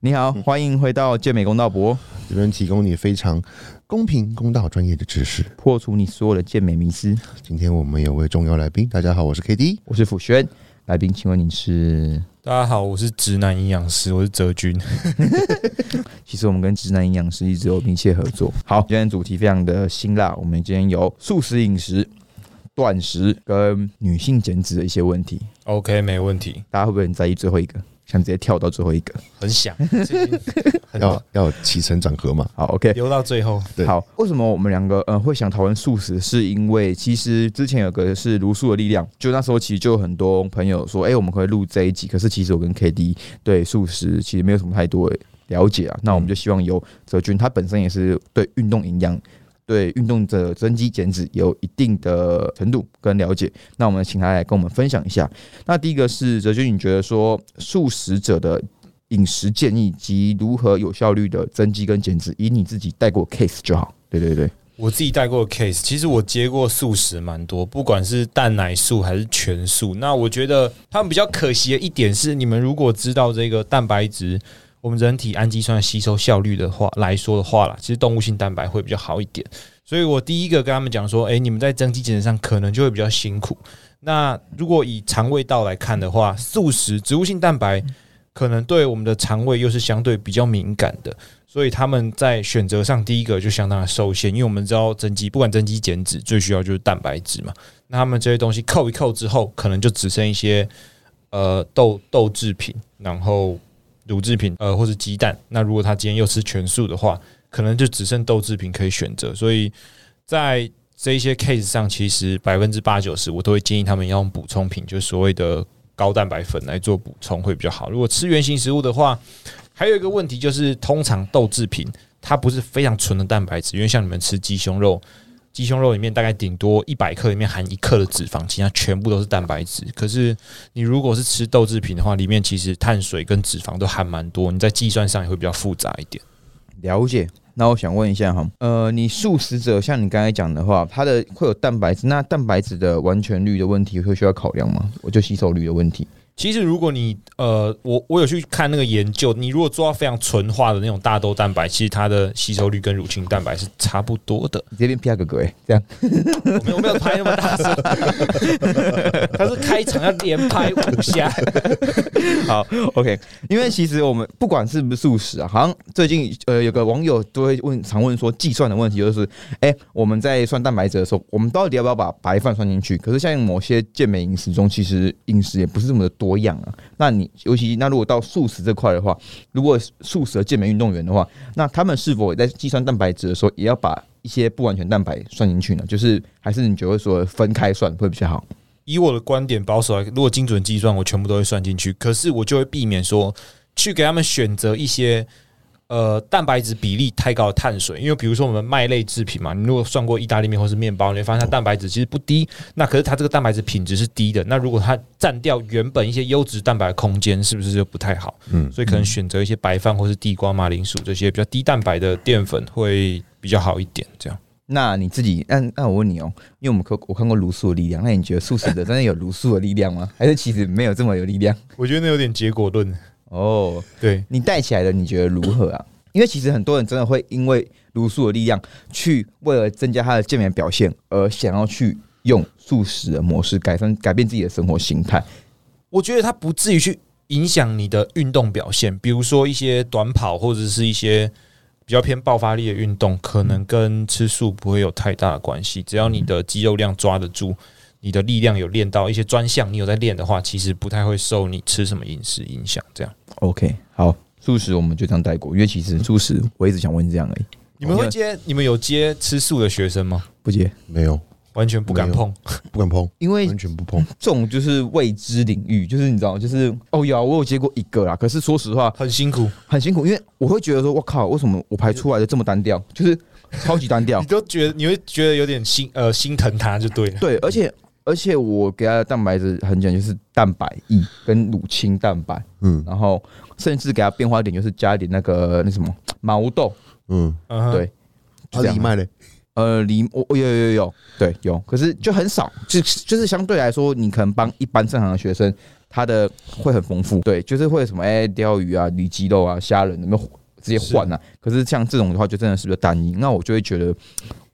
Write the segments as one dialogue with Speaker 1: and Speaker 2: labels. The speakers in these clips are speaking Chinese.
Speaker 1: 你好，欢迎回到健美公道博，
Speaker 2: 这边提供你非常公平、公道、专业的知识。
Speaker 1: 破除你所有的健美迷思。
Speaker 2: 今天我们有位重要来宾，大家好，我是 K D。
Speaker 1: 我是辅轩，来宾，请问你是？
Speaker 3: 大家好，我是直男营养师，我是哲君。
Speaker 1: 其实我们跟直男营养师一直有密切合作。好，今天的主题非常的辛辣，我们今天有素食饮食、断食跟女性减脂的一些问题，
Speaker 3: OK，没问题，
Speaker 1: 大家会不会很在意最后一个？想直接跳到最后一个？
Speaker 3: 很想，最近 很
Speaker 2: 要要有起承转合嘛？
Speaker 1: 好，OK，
Speaker 3: 留到最后。
Speaker 2: 对
Speaker 1: 好，为什么我们两个呃会想讨论素食？是因为其实之前有个是茹素的力量，就那时候其实就有很多朋友说，哎、我们可以录这一集。可是其实我跟 KD 对素食其实没有什么太多的了解啊。那我们就希望由泽君，他本身也是对运动营养。对运动者增肌减脂有一定的程度跟了解，那我们请他来跟我们分享一下。那第一个是哲君，你觉得说素食者的饮食建议及如何有效率的增肌跟减脂，以你自己带过 case 就好。对对对，
Speaker 3: 我自己带过的 case，其实我接过素食蛮多，不管是蛋奶素还是全素。那我觉得他们比较可惜的一点是，你们如果知道这个蛋白质，我们人体氨基酸的吸收效率的话来说的话啦，其实动物性蛋白会比较好一点。所以我第一个跟他们讲说，诶、你们在增肌减脂上可能就会比较辛苦。那如果以肠胃道来看的话，素食植物性蛋白可能对我们的肠胃又是相对比较敏感的，所以他们在选择上，第一个就相当的受限，因为我们知道增肌，不管增肌减脂，最需要就是蛋白质嘛。那他们这些东西扣一扣之后，可能就只剩一些呃豆豆制品，然后乳制品，呃或是鸡蛋。那如果他今天又吃全素的话，可能就只剩豆制品可以选择。所以在这一些 case 上，其实百分之八九十我都会建议他们要用补充品，就是所谓的高蛋白粉来做补充会比较好。如果吃原型食物的话，还有一个问题就是，通常豆制品它不是非常纯的蛋白质，因为像你们吃鸡胸肉，鸡胸肉里面大概顶多一百克里面含一克的脂肪，其他全部都是蛋白质。可是你如果是吃豆制品的话，里面其实碳水跟脂肪都含蛮多，你在计算上也会比较复杂一点。
Speaker 1: 了解。那我想问一下哈，呃，你素食者像你刚才讲的话，它的会有蛋白质，那蛋白质的完全率的问题会需要考量吗？我就吸收率的问题。
Speaker 3: 其实，如果你呃，我我有去看那个研究，你如果做到非常纯化的那种大豆蛋白，其实它的吸收率跟乳清蛋白是差不多的。
Speaker 1: 你这边 P R 哥哥哎，这样
Speaker 3: 我没有我没有拍那么大 声，他是开场要连拍五下。
Speaker 1: 好，OK，因为其实我们不管是不是素食啊，好像最近呃有个网友都会问，常问说计算的问题，就是哎、我们在算蛋白质的时候，我们到底要不要把白饭算进去？可是像某些健美饮食中，其实饮食也不是这么的多样啊。那你尤其那如果到素食这块的话，如果素食的健美运动员的话，那他们是否在计算蛋白质的时候，也要把一些不完全蛋白算进去呢？就是还是你觉得说分开算会比较好？
Speaker 3: 以我的观点保守来，如果精准计算，我全部都会算进去。可是我就会避免说去给他们选择一些呃蛋白质比例太高的碳水，因为比如说我们麦类制品嘛，你如果算过意大利面或是面包，你会发现它蛋白质其实不低。那可是它这个蛋白质品质是低的，那如果它占掉原本一些优质蛋白的空间，是不是就不太好？
Speaker 2: 嗯
Speaker 3: 嗯，所以可能选择一些白饭或是地瓜、马铃薯这些比较低蛋白的淀粉会比较好一点。这样。
Speaker 1: 那你自己，那那我问你哦、因为我们看我看过卢素的力量，那你觉得素食者真的有卢素的力量吗？还是其实没有这么有力量？
Speaker 3: 我觉得那有点结果论。
Speaker 1: 哦，
Speaker 3: 对，
Speaker 1: 你带起来的你觉得如何啊？因为其实很多人真的会因为卢素的力量，去为了增加他的健美表现而想要去用素食的模式改善改变自己的生活形态。
Speaker 3: 我觉得它不至于去影响你的运动表现，比如说一些短跑或者是一些比较偏爆发力的运动，可能跟吃素不会有太大的关系。只要你的肌肉量抓得住，你的力量有练到一些专项，你有在练的话，其实不太会受你吃什么饮食影响。这样，
Speaker 1: OK，好，素食我们就这样带过，因为其实素食我一直想问这样而已，
Speaker 3: 你们会接你们有接吃素的学生吗？
Speaker 1: 不接，
Speaker 2: 没有，
Speaker 3: 完全不敢
Speaker 2: 没有
Speaker 3: 碰。
Speaker 2: 不敢碰，
Speaker 1: 因为
Speaker 2: 完全不碰。
Speaker 1: 这种就是未知领域，就是你知道，就是哦，有啊我有接过一个啦，可是说实话
Speaker 3: 很辛苦，
Speaker 1: 很辛苦，因为我会觉得说，我靠，为什么我排出来的这么单调，就是超级单调
Speaker 3: 你，都觉得你会觉得有点心呃心疼他就对了。
Speaker 1: 对，而且而且我给他的蛋白质很简单，就是蛋白液跟乳清蛋白，
Speaker 2: 嗯
Speaker 1: 然后甚至给他变化一点，就是加一点那个那什么毛豆，
Speaker 2: 嗯，
Speaker 3: 嗯哼
Speaker 1: 对就
Speaker 2: 啊，
Speaker 1: 这样
Speaker 2: 藜麦嘞，
Speaker 1: 呃，离我我有有有对有，可是就很少，就就是相对来说，你可能帮一般正常的学生它的会很丰富，对，就是会有什么哎鲷鱼啊、里脊肉啊、虾仁，有没有直接换啊？可是像这种的话，就真的是比较单一，那我就会觉得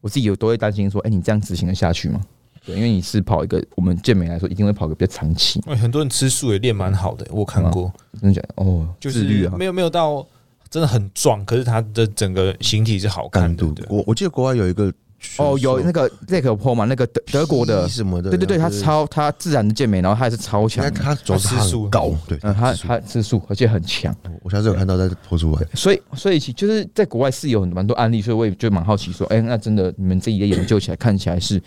Speaker 1: 我自己有都会担心说，哎、你这样执行得下去吗？对，因为你是跑一个我们健美来说，一定会跑个比较长期，
Speaker 3: 哎很多人吃素也练蛮好的，我看过，
Speaker 1: 真的假的？哦，
Speaker 3: 就
Speaker 1: 自律
Speaker 3: 是
Speaker 1: 啊，
Speaker 3: 没有没有到真的很壮，可是他的整个形体是好看
Speaker 2: 干
Speaker 3: 的
Speaker 2: 度。
Speaker 3: 对，
Speaker 2: 我我记得国外有一个
Speaker 1: 哦，有那个 z a c p o 嘛，那个德德国的
Speaker 2: 皮，什么的，
Speaker 1: 对对对，
Speaker 2: 然
Speaker 1: 他
Speaker 2: 后就是，
Speaker 1: 超他自然的健美，然后他也是超强
Speaker 2: 应该
Speaker 1: 的，
Speaker 2: 他主要是
Speaker 3: 他吃
Speaker 2: 他
Speaker 3: 素
Speaker 2: 很高，对，
Speaker 1: 嗯，他
Speaker 2: 吃素
Speaker 1: 他吃素，而且很强，
Speaker 2: 我下次有看到再拖出来。
Speaker 1: 所以所以其就是在国外是有很蛮多案例，所以我也就蛮好奇说，哎、那真的你们自己的研究起来看起来是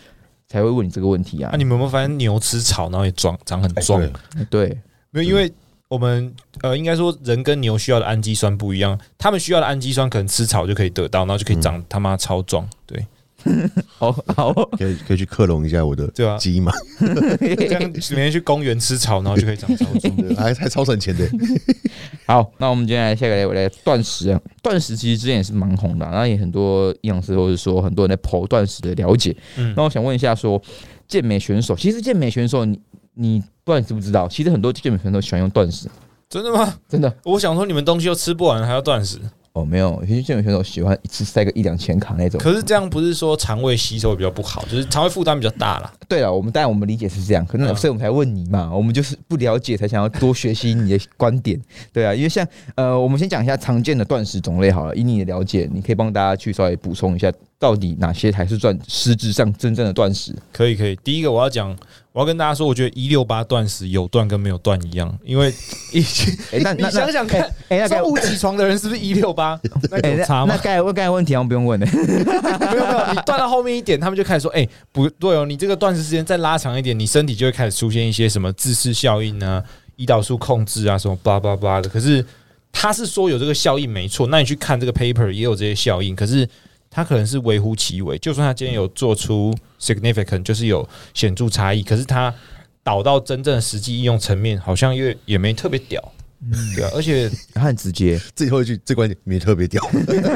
Speaker 1: 才会问你这个问题啊
Speaker 3: 那、？你们有没有发现牛吃草，然后也壮长
Speaker 1: 哎
Speaker 3: 很壮？
Speaker 2: 对
Speaker 1: 对，
Speaker 3: 没有，因为我们呃，应该说人跟牛需要的氨基酸不一样，他们需要的氨基酸可能吃草就可以得到，然后就可以
Speaker 1: 嗯
Speaker 3: 长他妈超壮，对
Speaker 1: 好好，
Speaker 2: 可以可以去克隆一下我的
Speaker 3: 对啊，
Speaker 2: 鸡嘛，
Speaker 3: 这样每天去公园吃草，然后就可以长超 壮。
Speaker 2: 还还超省钱的。
Speaker 1: 好，那我们接下来下个来我来断食啊，断食其实之前也是蛮红的啊、那也很多营养师或者说很多人在剖断食的了解。
Speaker 3: 嗯
Speaker 1: 那我想问一下说，健美选手，其实健美选手你你不知道你知不知道，其实很多健美选手喜欢用断食，
Speaker 3: 真的吗？
Speaker 1: 真的
Speaker 3: 我想说你们东西又吃不完，还要断食，
Speaker 1: 哦，没有，有些健美选手喜欢一次塞个一两千卡那种。
Speaker 3: 可是这样不是说肠胃吸收也比较不好，就是肠胃负担比较大啦。
Speaker 1: 对了，我们当然我们理解是这样，可能
Speaker 3: 嗯
Speaker 1: 所以我们才问你嘛，我们就是不了解，才想要多学习你的观点，对啊，因为像呃，我们先讲一下常见的断食种类好了，以你的了解，你可以帮大家去稍微补充一下，到底哪些才是断实质上真正的断食？
Speaker 3: 可以可以，第一个我要讲，我要跟大家说，我觉得一六八断食有断跟没有断一样，因为以前
Speaker 1: 哎、那那
Speaker 3: 你想想看，
Speaker 1: 哎、那该
Speaker 3: 中午起床的人是不是一六八？那
Speaker 1: 哎、
Speaker 3: 有
Speaker 1: 那
Speaker 3: 差
Speaker 1: 那
Speaker 3: 吗？
Speaker 1: 该问该问题好像不用问了，
Speaker 3: 没有没有，你断到后面一点，他们就开始说，哎、不对哦，你这个断食时间再拉长一点，你身体就会开始出现一些什么自噬效应啊、胰岛素控制啊什么叭叭叭的。可是他是说有这个效应没错，那你去看这个 paper 也有这些效应，可是他可能是微乎其微。就算他今天有做出 significant，就是有显著差异，可是他导到真正的实际应用层面，好像又也没特别屌。对啊，而且
Speaker 1: 他很直接，
Speaker 2: 最后一句这观点没特别屌，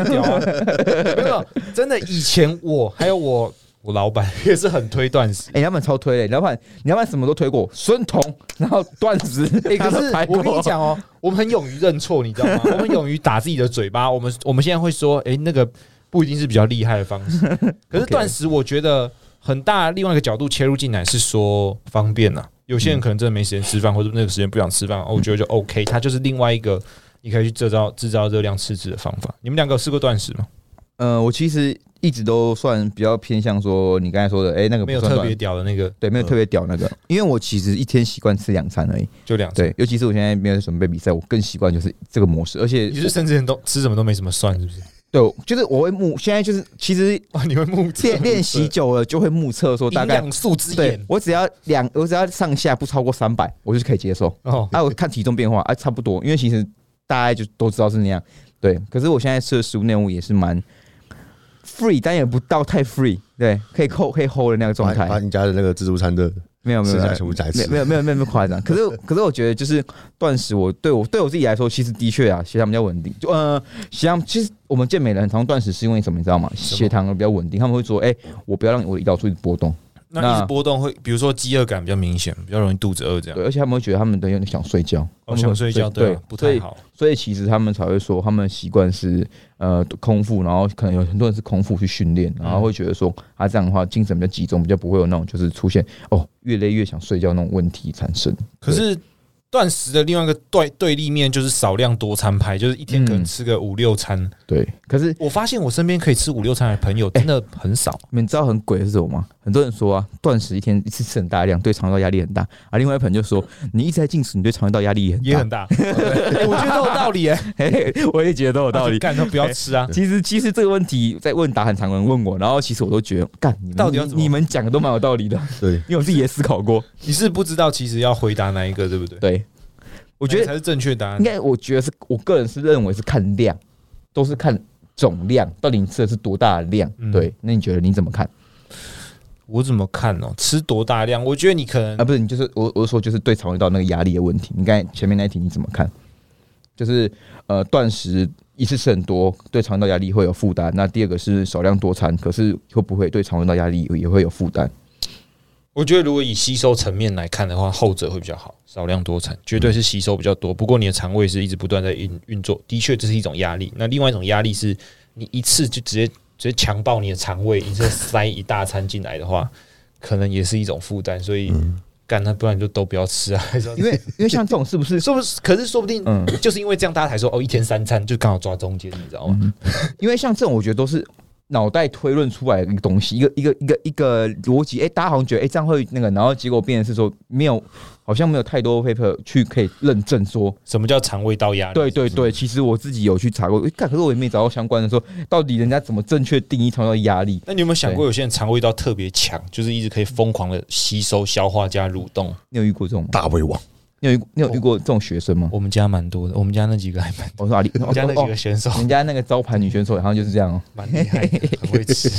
Speaker 3: 屌啊！ 没有，真的，以前我还有我我老板 也是很推断食。
Speaker 1: 哎、老板超推嘞，老板你老板什么都推过，孙彤，然后断食，哎
Speaker 3: 欸、可是我跟你，讲哦，我们很勇于认错，你知道吗？我们勇于打自己的嘴巴。 我们我们现在会说，哎、那个不一定是比较厉害的方 式。可是
Speaker 1: OK
Speaker 3: 断食，我觉得很大另外一个角度切入进来是说方便啊。有些人可能真的没时间吃饭，或者那个时间不想吃饭，哦我觉得就 OK。它就是另外一个你可以去制造制造热量赤字的方法。你们两个有试过断食吗？
Speaker 1: 呃，我其实一直都算比较偏向说你刚才说的，哎、那个不
Speaker 3: 没有
Speaker 1: 算
Speaker 3: 特
Speaker 1: 断
Speaker 3: 别屌的那个，
Speaker 1: 对，没有特别屌那个，因为我其实一天习惯吃两餐而已。
Speaker 3: 就两
Speaker 1: 对，尤其是我现在没有在准备比赛，我更习惯就是这个模式，而且
Speaker 3: 你是甚至连都吃什么都没什么算，是不是？
Speaker 1: 对，就是我会目现在就是其实
Speaker 3: 哇，你会目测
Speaker 1: 练练习久了就会目测说
Speaker 3: 营
Speaker 1: 大概
Speaker 3: 养素之
Speaker 1: 对
Speaker 3: 眼
Speaker 1: 我只要两我只要上下不超过三百，我就可以接受。
Speaker 3: 哦，
Speaker 1: 啊，我看体重变化啊，差不多，因为其实大家就都知道是那样。对，可是我现在吃的食物内容物也是蛮 free，但也不到太 free，对，可以扣可以 hold 的那个状态
Speaker 2: 把。把你家的那个自助餐的
Speaker 1: 没有没有
Speaker 2: 剩
Speaker 1: 没
Speaker 2: 下
Speaker 1: 有
Speaker 2: 全部摘
Speaker 1: 没
Speaker 2: 吃，
Speaker 1: 没有没有没有那么夸张， 可是可是我觉得就是断食我，对我对我自己来说，其实的确啊，血糖比较稳定。就呃，血糖其实我们健美人很常断食是因为什么，你知道吗？
Speaker 3: 么
Speaker 1: 血糖比较稳定，他们会说，哎、我不要让我的胰岛素一直波动，
Speaker 3: 那一
Speaker 1: 那
Speaker 3: 直波动会，比如说饥饿感比较明显，比较容易肚子饿这样
Speaker 1: 对，。而且他们会觉得他们都有点想睡觉，他
Speaker 3: 我
Speaker 1: 们会
Speaker 3: 啊哦想睡觉，
Speaker 1: 对，
Speaker 3: 对啊，不
Speaker 1: 所
Speaker 3: 太
Speaker 1: 以
Speaker 3: 好。
Speaker 1: 所以其实他们才会说，他们习惯是呃空腹，然后可能有很多人是空腹去训练，
Speaker 3: 嗯
Speaker 1: 然后会觉得说，啊这样的话精神比较集中，比较不会有那种就是出现哦越累越想睡觉那种问题产生。
Speaker 3: 可是断食的另外一个对对立面就是少量多餐派，就是一天可能
Speaker 1: 嗯
Speaker 3: 吃个五六餐。
Speaker 1: 对，可是
Speaker 3: 我发现我身边可以吃五六餐的朋友
Speaker 1: 哎
Speaker 3: 真的很少。
Speaker 1: 你们知道很鬼的是什么吗？很多人说啊，断食一天一次吃很大量，对肠道压力很大。啊，另外一朋友就说，你一直在进食，你对肠道压力也很大。
Speaker 3: 也很大，欸我觉得都有道理哎，
Speaker 1: 嘿嘿我也觉得都有道
Speaker 3: 那就
Speaker 1: 理。
Speaker 3: 干都不要吃啊！
Speaker 1: 其实，其实这个问题在问答很常有人问我，然后其实我都觉得，干你们
Speaker 3: 到底要怎么
Speaker 1: 你们讲的都蛮有道理的，
Speaker 2: 对，
Speaker 1: 因为我自己也思考过。
Speaker 3: 你是不知道其实要回答哪一个，对不对？
Speaker 1: 对，我觉
Speaker 3: 哪个
Speaker 1: 得
Speaker 3: 才是正确答案
Speaker 1: 应。该，我觉得是我个人是认为是看量，都是看总量，到底你吃的是多大的量。
Speaker 3: 嗯
Speaker 1: 对，那你觉得你怎么看？
Speaker 3: 我怎么看哦？吃多大量？我觉得你可能
Speaker 1: 啊，不是，你就是我我说就是对肠胃道那个压力的问题。你刚才前面那一题你怎么看？就是呃，断食一次吃很多，对肠胃道压力会有负担。那第二个是少量多餐，可是会不会对肠胃道压力也会有负担？
Speaker 3: 我觉得如果以吸收层面来看的话，后者会比较好，少量多餐绝对是吸收比较多。不过你的肠胃是一直不断在运运作，的确这是一种压力。那另外一种压力是你一次就直接直接强暴你的肠胃，你这塞一大餐进来的话，可能也是一种负担。所以干那不然你就都不要吃啊，
Speaker 1: 因为因为像这种是不是？
Speaker 3: 说不可是说不定
Speaker 1: 嗯，
Speaker 3: 就是因为这样大家才说哦，一天三餐就刚好抓中间，你知道吗？
Speaker 1: 因为像这种我觉得都是脑袋推论出来的一个东西，一个一个一个一个逻辑。哎、大家好像觉得哎、诶这样会那个，然后结果变成是说没有，好像没有太多 paper 去可以认证说，
Speaker 3: 什么叫肠胃道压力？
Speaker 1: 对对对，其实我自己有去查过，诶干可是我也没找到相关的说到底人家怎么正确定义肠道压力。
Speaker 3: 那你有没有想过，有些人肠胃道特别强，就是一直可以疯狂的吸收、消化加蠕动？
Speaker 1: 你有遇过这种吗？
Speaker 2: 大胃王，
Speaker 1: 你有遇你有遇过这种学生吗？
Speaker 3: 我们家蛮多的，我们家那几个还蛮，
Speaker 1: 我说阿里，
Speaker 3: 我们家那几个
Speaker 1: 哦
Speaker 3: 选手
Speaker 1: 哦人家那个招牌女选手好像就是这 样哦
Speaker 3: 蛮厉害的，很会吃。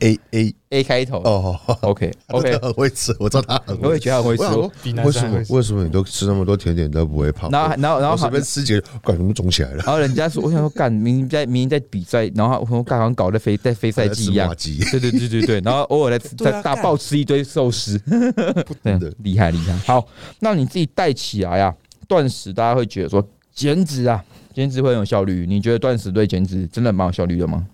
Speaker 2: A A
Speaker 1: ，A 开头
Speaker 2: 哦
Speaker 1: ，OK
Speaker 2: 真
Speaker 1: OK，
Speaker 2: 的很会吃，我知道他很
Speaker 1: 我
Speaker 2: 会
Speaker 1: 也
Speaker 2: 吃。
Speaker 1: 觉得很会
Speaker 2: 我想
Speaker 1: 说
Speaker 2: 说。
Speaker 3: 比，男
Speaker 2: 为
Speaker 3: 生
Speaker 2: 什
Speaker 3: 还会
Speaker 2: 么
Speaker 3: 吃
Speaker 2: 为什么你都吃那么多甜点都不会胖？
Speaker 1: 然后然后然后
Speaker 2: 我随
Speaker 1: 好
Speaker 2: 便吃几个，感觉肿起来了。
Speaker 1: 然后人家说，我想说干，明明在明明在比赛，然后我说干好像搞得肥在非赛季一样
Speaker 2: 还在吃麻，鸡
Speaker 1: 对对对对对，然后偶尔来
Speaker 3: 对啊
Speaker 1: 再大
Speaker 3: 干
Speaker 1: 爆吃一堆寿司，对啊
Speaker 2: 的，
Speaker 1: 厉害厉害。好，那你自己带起来啊，断食大家会觉得说减脂啊，减脂会很有效率。你觉得断食对减脂真的蛮有效率的吗？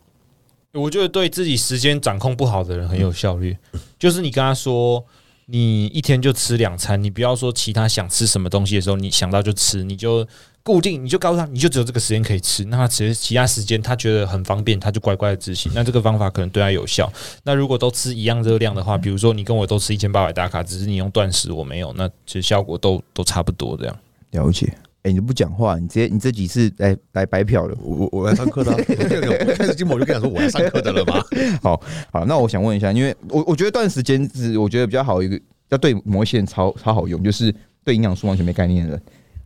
Speaker 3: 我觉得对自己时间掌控不好的人很有效率，就是你跟他说。你一天就吃两餐，你不要说其他想吃什么东西的时候，你想到就吃，你就固定，你就告诉他，你就只有这个时间可以吃。那他其实其他时间他觉得很方便，他就乖乖的执行。那这个方法可能对他有效。那如果都吃一样热量的话，比如说你跟我都吃一千八百大卡，只是你用断食，我没有，那其实效果都都差不多这样。
Speaker 1: 了解。哎、你都不讲话，你直接你这几次来来白嫖了。
Speaker 2: 我我我来 上课的啊，我开始进我就跟他说我来上课的了嘛。
Speaker 1: 好，那我想问一下，因为我我觉得断食减脂，我觉得比较好一个，要对某一些人超超好用，就是对营养素完全没概念的人，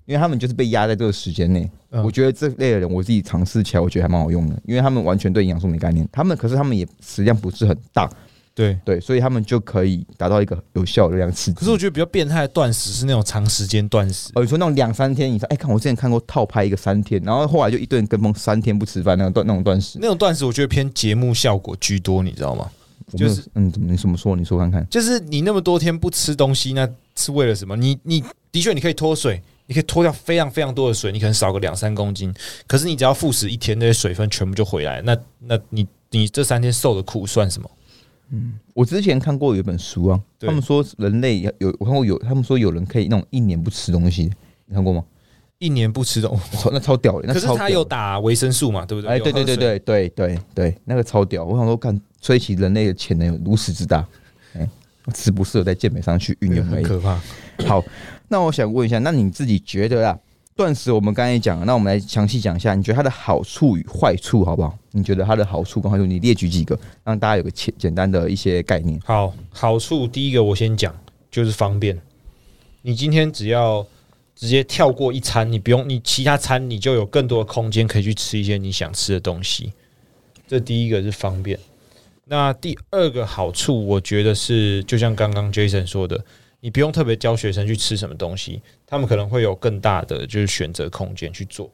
Speaker 1: 因为他们就是被压在这个时间内。
Speaker 3: 嗯
Speaker 1: 我觉得这类的人，我自己尝试起来，我觉得还蛮好用的，因为他们完全对营养素没概念，他们可是他们也食量不是很大，
Speaker 3: 对。
Speaker 1: 对，所以他们就可以达到一个有效的量刺激。
Speaker 3: 可是我觉得比较变态的断食是那种长时间断食，
Speaker 1: 哦，你说那种两三天以上，哎、看我之前看过套拍一个三天，然后后来就一顿跟风三天不吃饭那种断那种断食，
Speaker 3: 那种断食我觉得偏节目效果居多，你知道吗？
Speaker 1: 我没有
Speaker 3: 就是
Speaker 1: 嗯，怎么你怎么说？你说看看。
Speaker 3: 就是你那么多天不吃东西，那是为了什么？你你的确你可以脱水，你可以脱掉非常非常多的水，你可能少个两三公斤，可是你只要复食一天，那些水分全部就回来，那那你你这三天受的苦算什么？
Speaker 1: 我之前看过有一本书啊，
Speaker 3: 对
Speaker 1: 他们说人类有有我看过有，他们说有人可以那种一年不吃东西，你看过吗？
Speaker 3: 一年不吃东西，
Speaker 1: 超那超屌的，那
Speaker 3: 可是
Speaker 1: 超
Speaker 3: 他
Speaker 1: 屌
Speaker 3: 有
Speaker 1: 的
Speaker 3: 打维生素嘛，对不对？
Speaker 1: 哎，
Speaker 3: 有
Speaker 1: 对对
Speaker 3: 喝
Speaker 1: 对对
Speaker 3: 水
Speaker 1: 对对对，那个超屌！我想说，看吹起人类的潜能有如此之大，哎、适不适合在健美上去运用而
Speaker 3: 很
Speaker 1: 已。
Speaker 3: 可怕。
Speaker 1: 好，那我想问一下，那你自己觉得啦，断食我们刚才讲了，那我们来详细讲一下，你觉得它的好处与坏处好不好？你觉得它的好处跟坏处，你列举几个，让大家有个简简单的一些概念。
Speaker 3: 好，好处第一个我先讲，就是方便。你今天只要直接跳过一餐，你不用你其他餐，你就有更多的空间可以去吃一些你想吃的东西。这第一个是方便。那第二个好处，我觉得是就像刚刚 Jason 说的，你不用特别教学生去吃什么东西，他们可能会有更大的就是选择空间去做。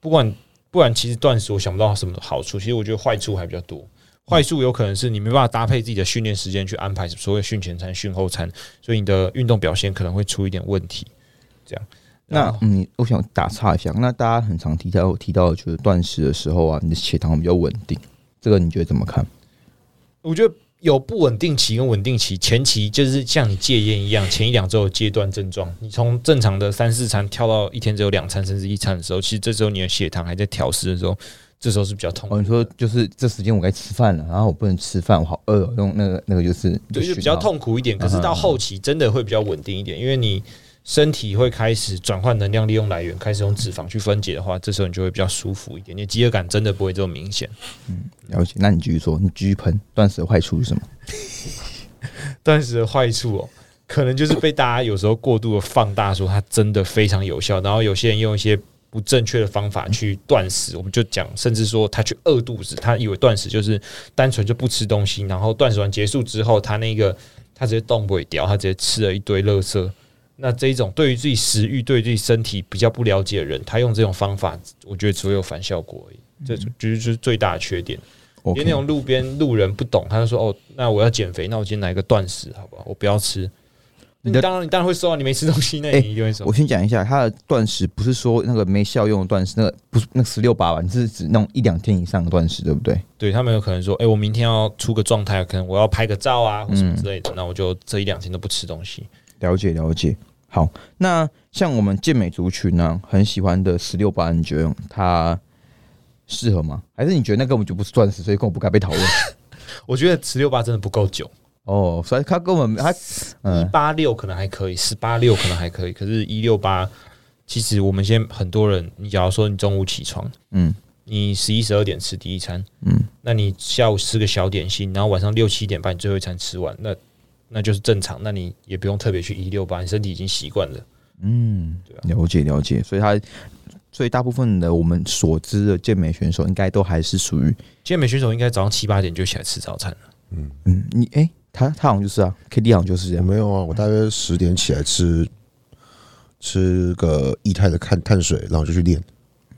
Speaker 3: 不管不然，其实断食我想不到什么好处，其实我觉得坏处还比较多。坏处有可能是你没办法搭配自己的训练时间去安排所谓训前餐、训后餐，所以你的运动表现可能会出一点问题。这样，然
Speaker 1: 那
Speaker 3: 后
Speaker 1: 嗯，我想打岔一下，那大家很常提到提到，就是断食的时候啊，你的血糖比较稳定，这个你觉得怎么看？
Speaker 3: 我觉得有不稳定期跟稳定期，前期就是像你戒烟一样，前一两周有戒断症状，你从正常的三四餐跳到一天只有两餐甚至一餐的时候，其实这时候你的血糖还在调试的时候，这时候是比较痛苦
Speaker 1: 哦，
Speaker 3: 的。
Speaker 1: 你说就是这时间我该吃饭了，然后我不能吃饭，我好饿、哦，用那个那个就是
Speaker 3: 对，就
Speaker 1: 讯
Speaker 3: 比较
Speaker 1: 号。
Speaker 3: 痛苦一点。可是到后期真的会比较稳定一点，因为你身体会开始转换能量利用来源，开始用脂肪去分解的话，这时候你就会比较舒服一点，你的饥饿感真的不会这么明显。
Speaker 1: 了解，那你继续说，你继续喷断食的坏处是什么？
Speaker 3: 断食的坏处哦，可能就是被大家有时候过度的放大，说它真的非常有效，然后有些人用一些不正确的方法去断食，我们就讲，甚至说他去饿肚子，他以为断食就是单纯就不吃东西，然后断食完结束之后，他那个他直接动不掉，他直接吃了一堆垃圾。那这一种对于自己食欲、对于自己身体比较不了解的人，他用这种方法，我觉得只会有反效果而已。这就是最大的缺点。
Speaker 1: 我
Speaker 3: 连那种路边路人不懂，他就说：“哦，那我要减肥，那我今天来个断食，好不好？我不要吃。”
Speaker 1: 你的
Speaker 3: 当然你当然会收到你没吃东西那
Speaker 1: 哎
Speaker 3: 你一定会收
Speaker 1: 我。先讲一下，它的断食不是说那个没效用的断食，那个不是那十六八吧？你是指那种一两天以上的断食，对不对？
Speaker 3: 对他们有可能说，哎、我明天要出个状态，可能我要拍个照啊，或什
Speaker 1: 嗯
Speaker 3: 么之类的，那我就这一两天都不吃东西。
Speaker 1: 了解了解。好，那像我们健美族群呢、很喜欢的十六八，你觉得它适合吗？还是你觉得那根本就不是钻石，所以根本不该被讨 论？
Speaker 3: 我觉得十六八真的不够久，
Speaker 1: 哦，所以它根本它
Speaker 3: 一
Speaker 1: 嗯
Speaker 3: 八六可能还可以，十八六可能还可以，可是一六八，其实我们现在很多人，你假如说你中午起床，
Speaker 1: 嗯
Speaker 3: 你十一十二点吃第一餐，
Speaker 1: 嗯，
Speaker 3: 那你下午吃个小点心，然后晚上六七点把你最后一餐吃完，那那就是正常，那你也不用特别去一六八，你身体已经习惯了。
Speaker 1: 嗯，了解了解。所以它所以大部分的我们所知的健美选手，应该都还是属于
Speaker 3: 健美选手应该早上七八点就起来吃早餐了，
Speaker 1: 嗯你哎、他他好像就是啊，K D 好像 就是这
Speaker 2: 我
Speaker 1: 样。
Speaker 2: 没有啊，我大约十点起来吃吃个液态的碳碳水，然后就去练。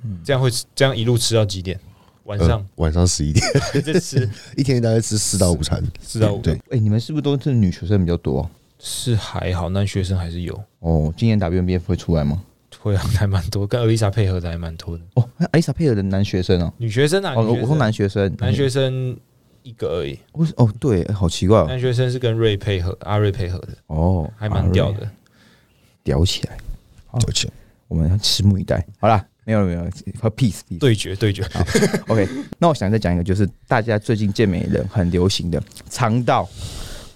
Speaker 1: 嗯
Speaker 3: 这样会这样一路吃到几点？晚
Speaker 2: 呃
Speaker 3: 上
Speaker 2: 晚上十一点，
Speaker 1: 呃
Speaker 3: 还在吃
Speaker 2: 一天大概吃四到五餐。
Speaker 3: 吃到五
Speaker 2: 对，
Speaker 1: 哎、你们是不是都是女学生比较多、啊？
Speaker 3: 是还好，那学生还是有。
Speaker 1: 哦，今年 WNBF 会出来吗？
Speaker 3: 会啊，还蛮多，跟 Elisa 配合的还蛮多的。
Speaker 1: 哦，那艾莎佩尔的男学生哦、
Speaker 3: 女学生啊，
Speaker 1: 哦，
Speaker 3: 女
Speaker 1: 我
Speaker 3: 学生
Speaker 1: 我说男学生，
Speaker 3: 男学生一个而已，
Speaker 1: 我是哦，对，好奇怪哦
Speaker 3: 男学生是跟瑞配合，阿瑞配合的，
Speaker 1: 哦，
Speaker 3: 还蛮屌，的。
Speaker 1: 屌起来，
Speaker 2: 而且
Speaker 1: 我们要拭目以待。好啦，没有没有，peace peace。
Speaker 3: 对决，对决，
Speaker 1: OK，那我想再讲一个，就是大家最近健美人很流行的肠道。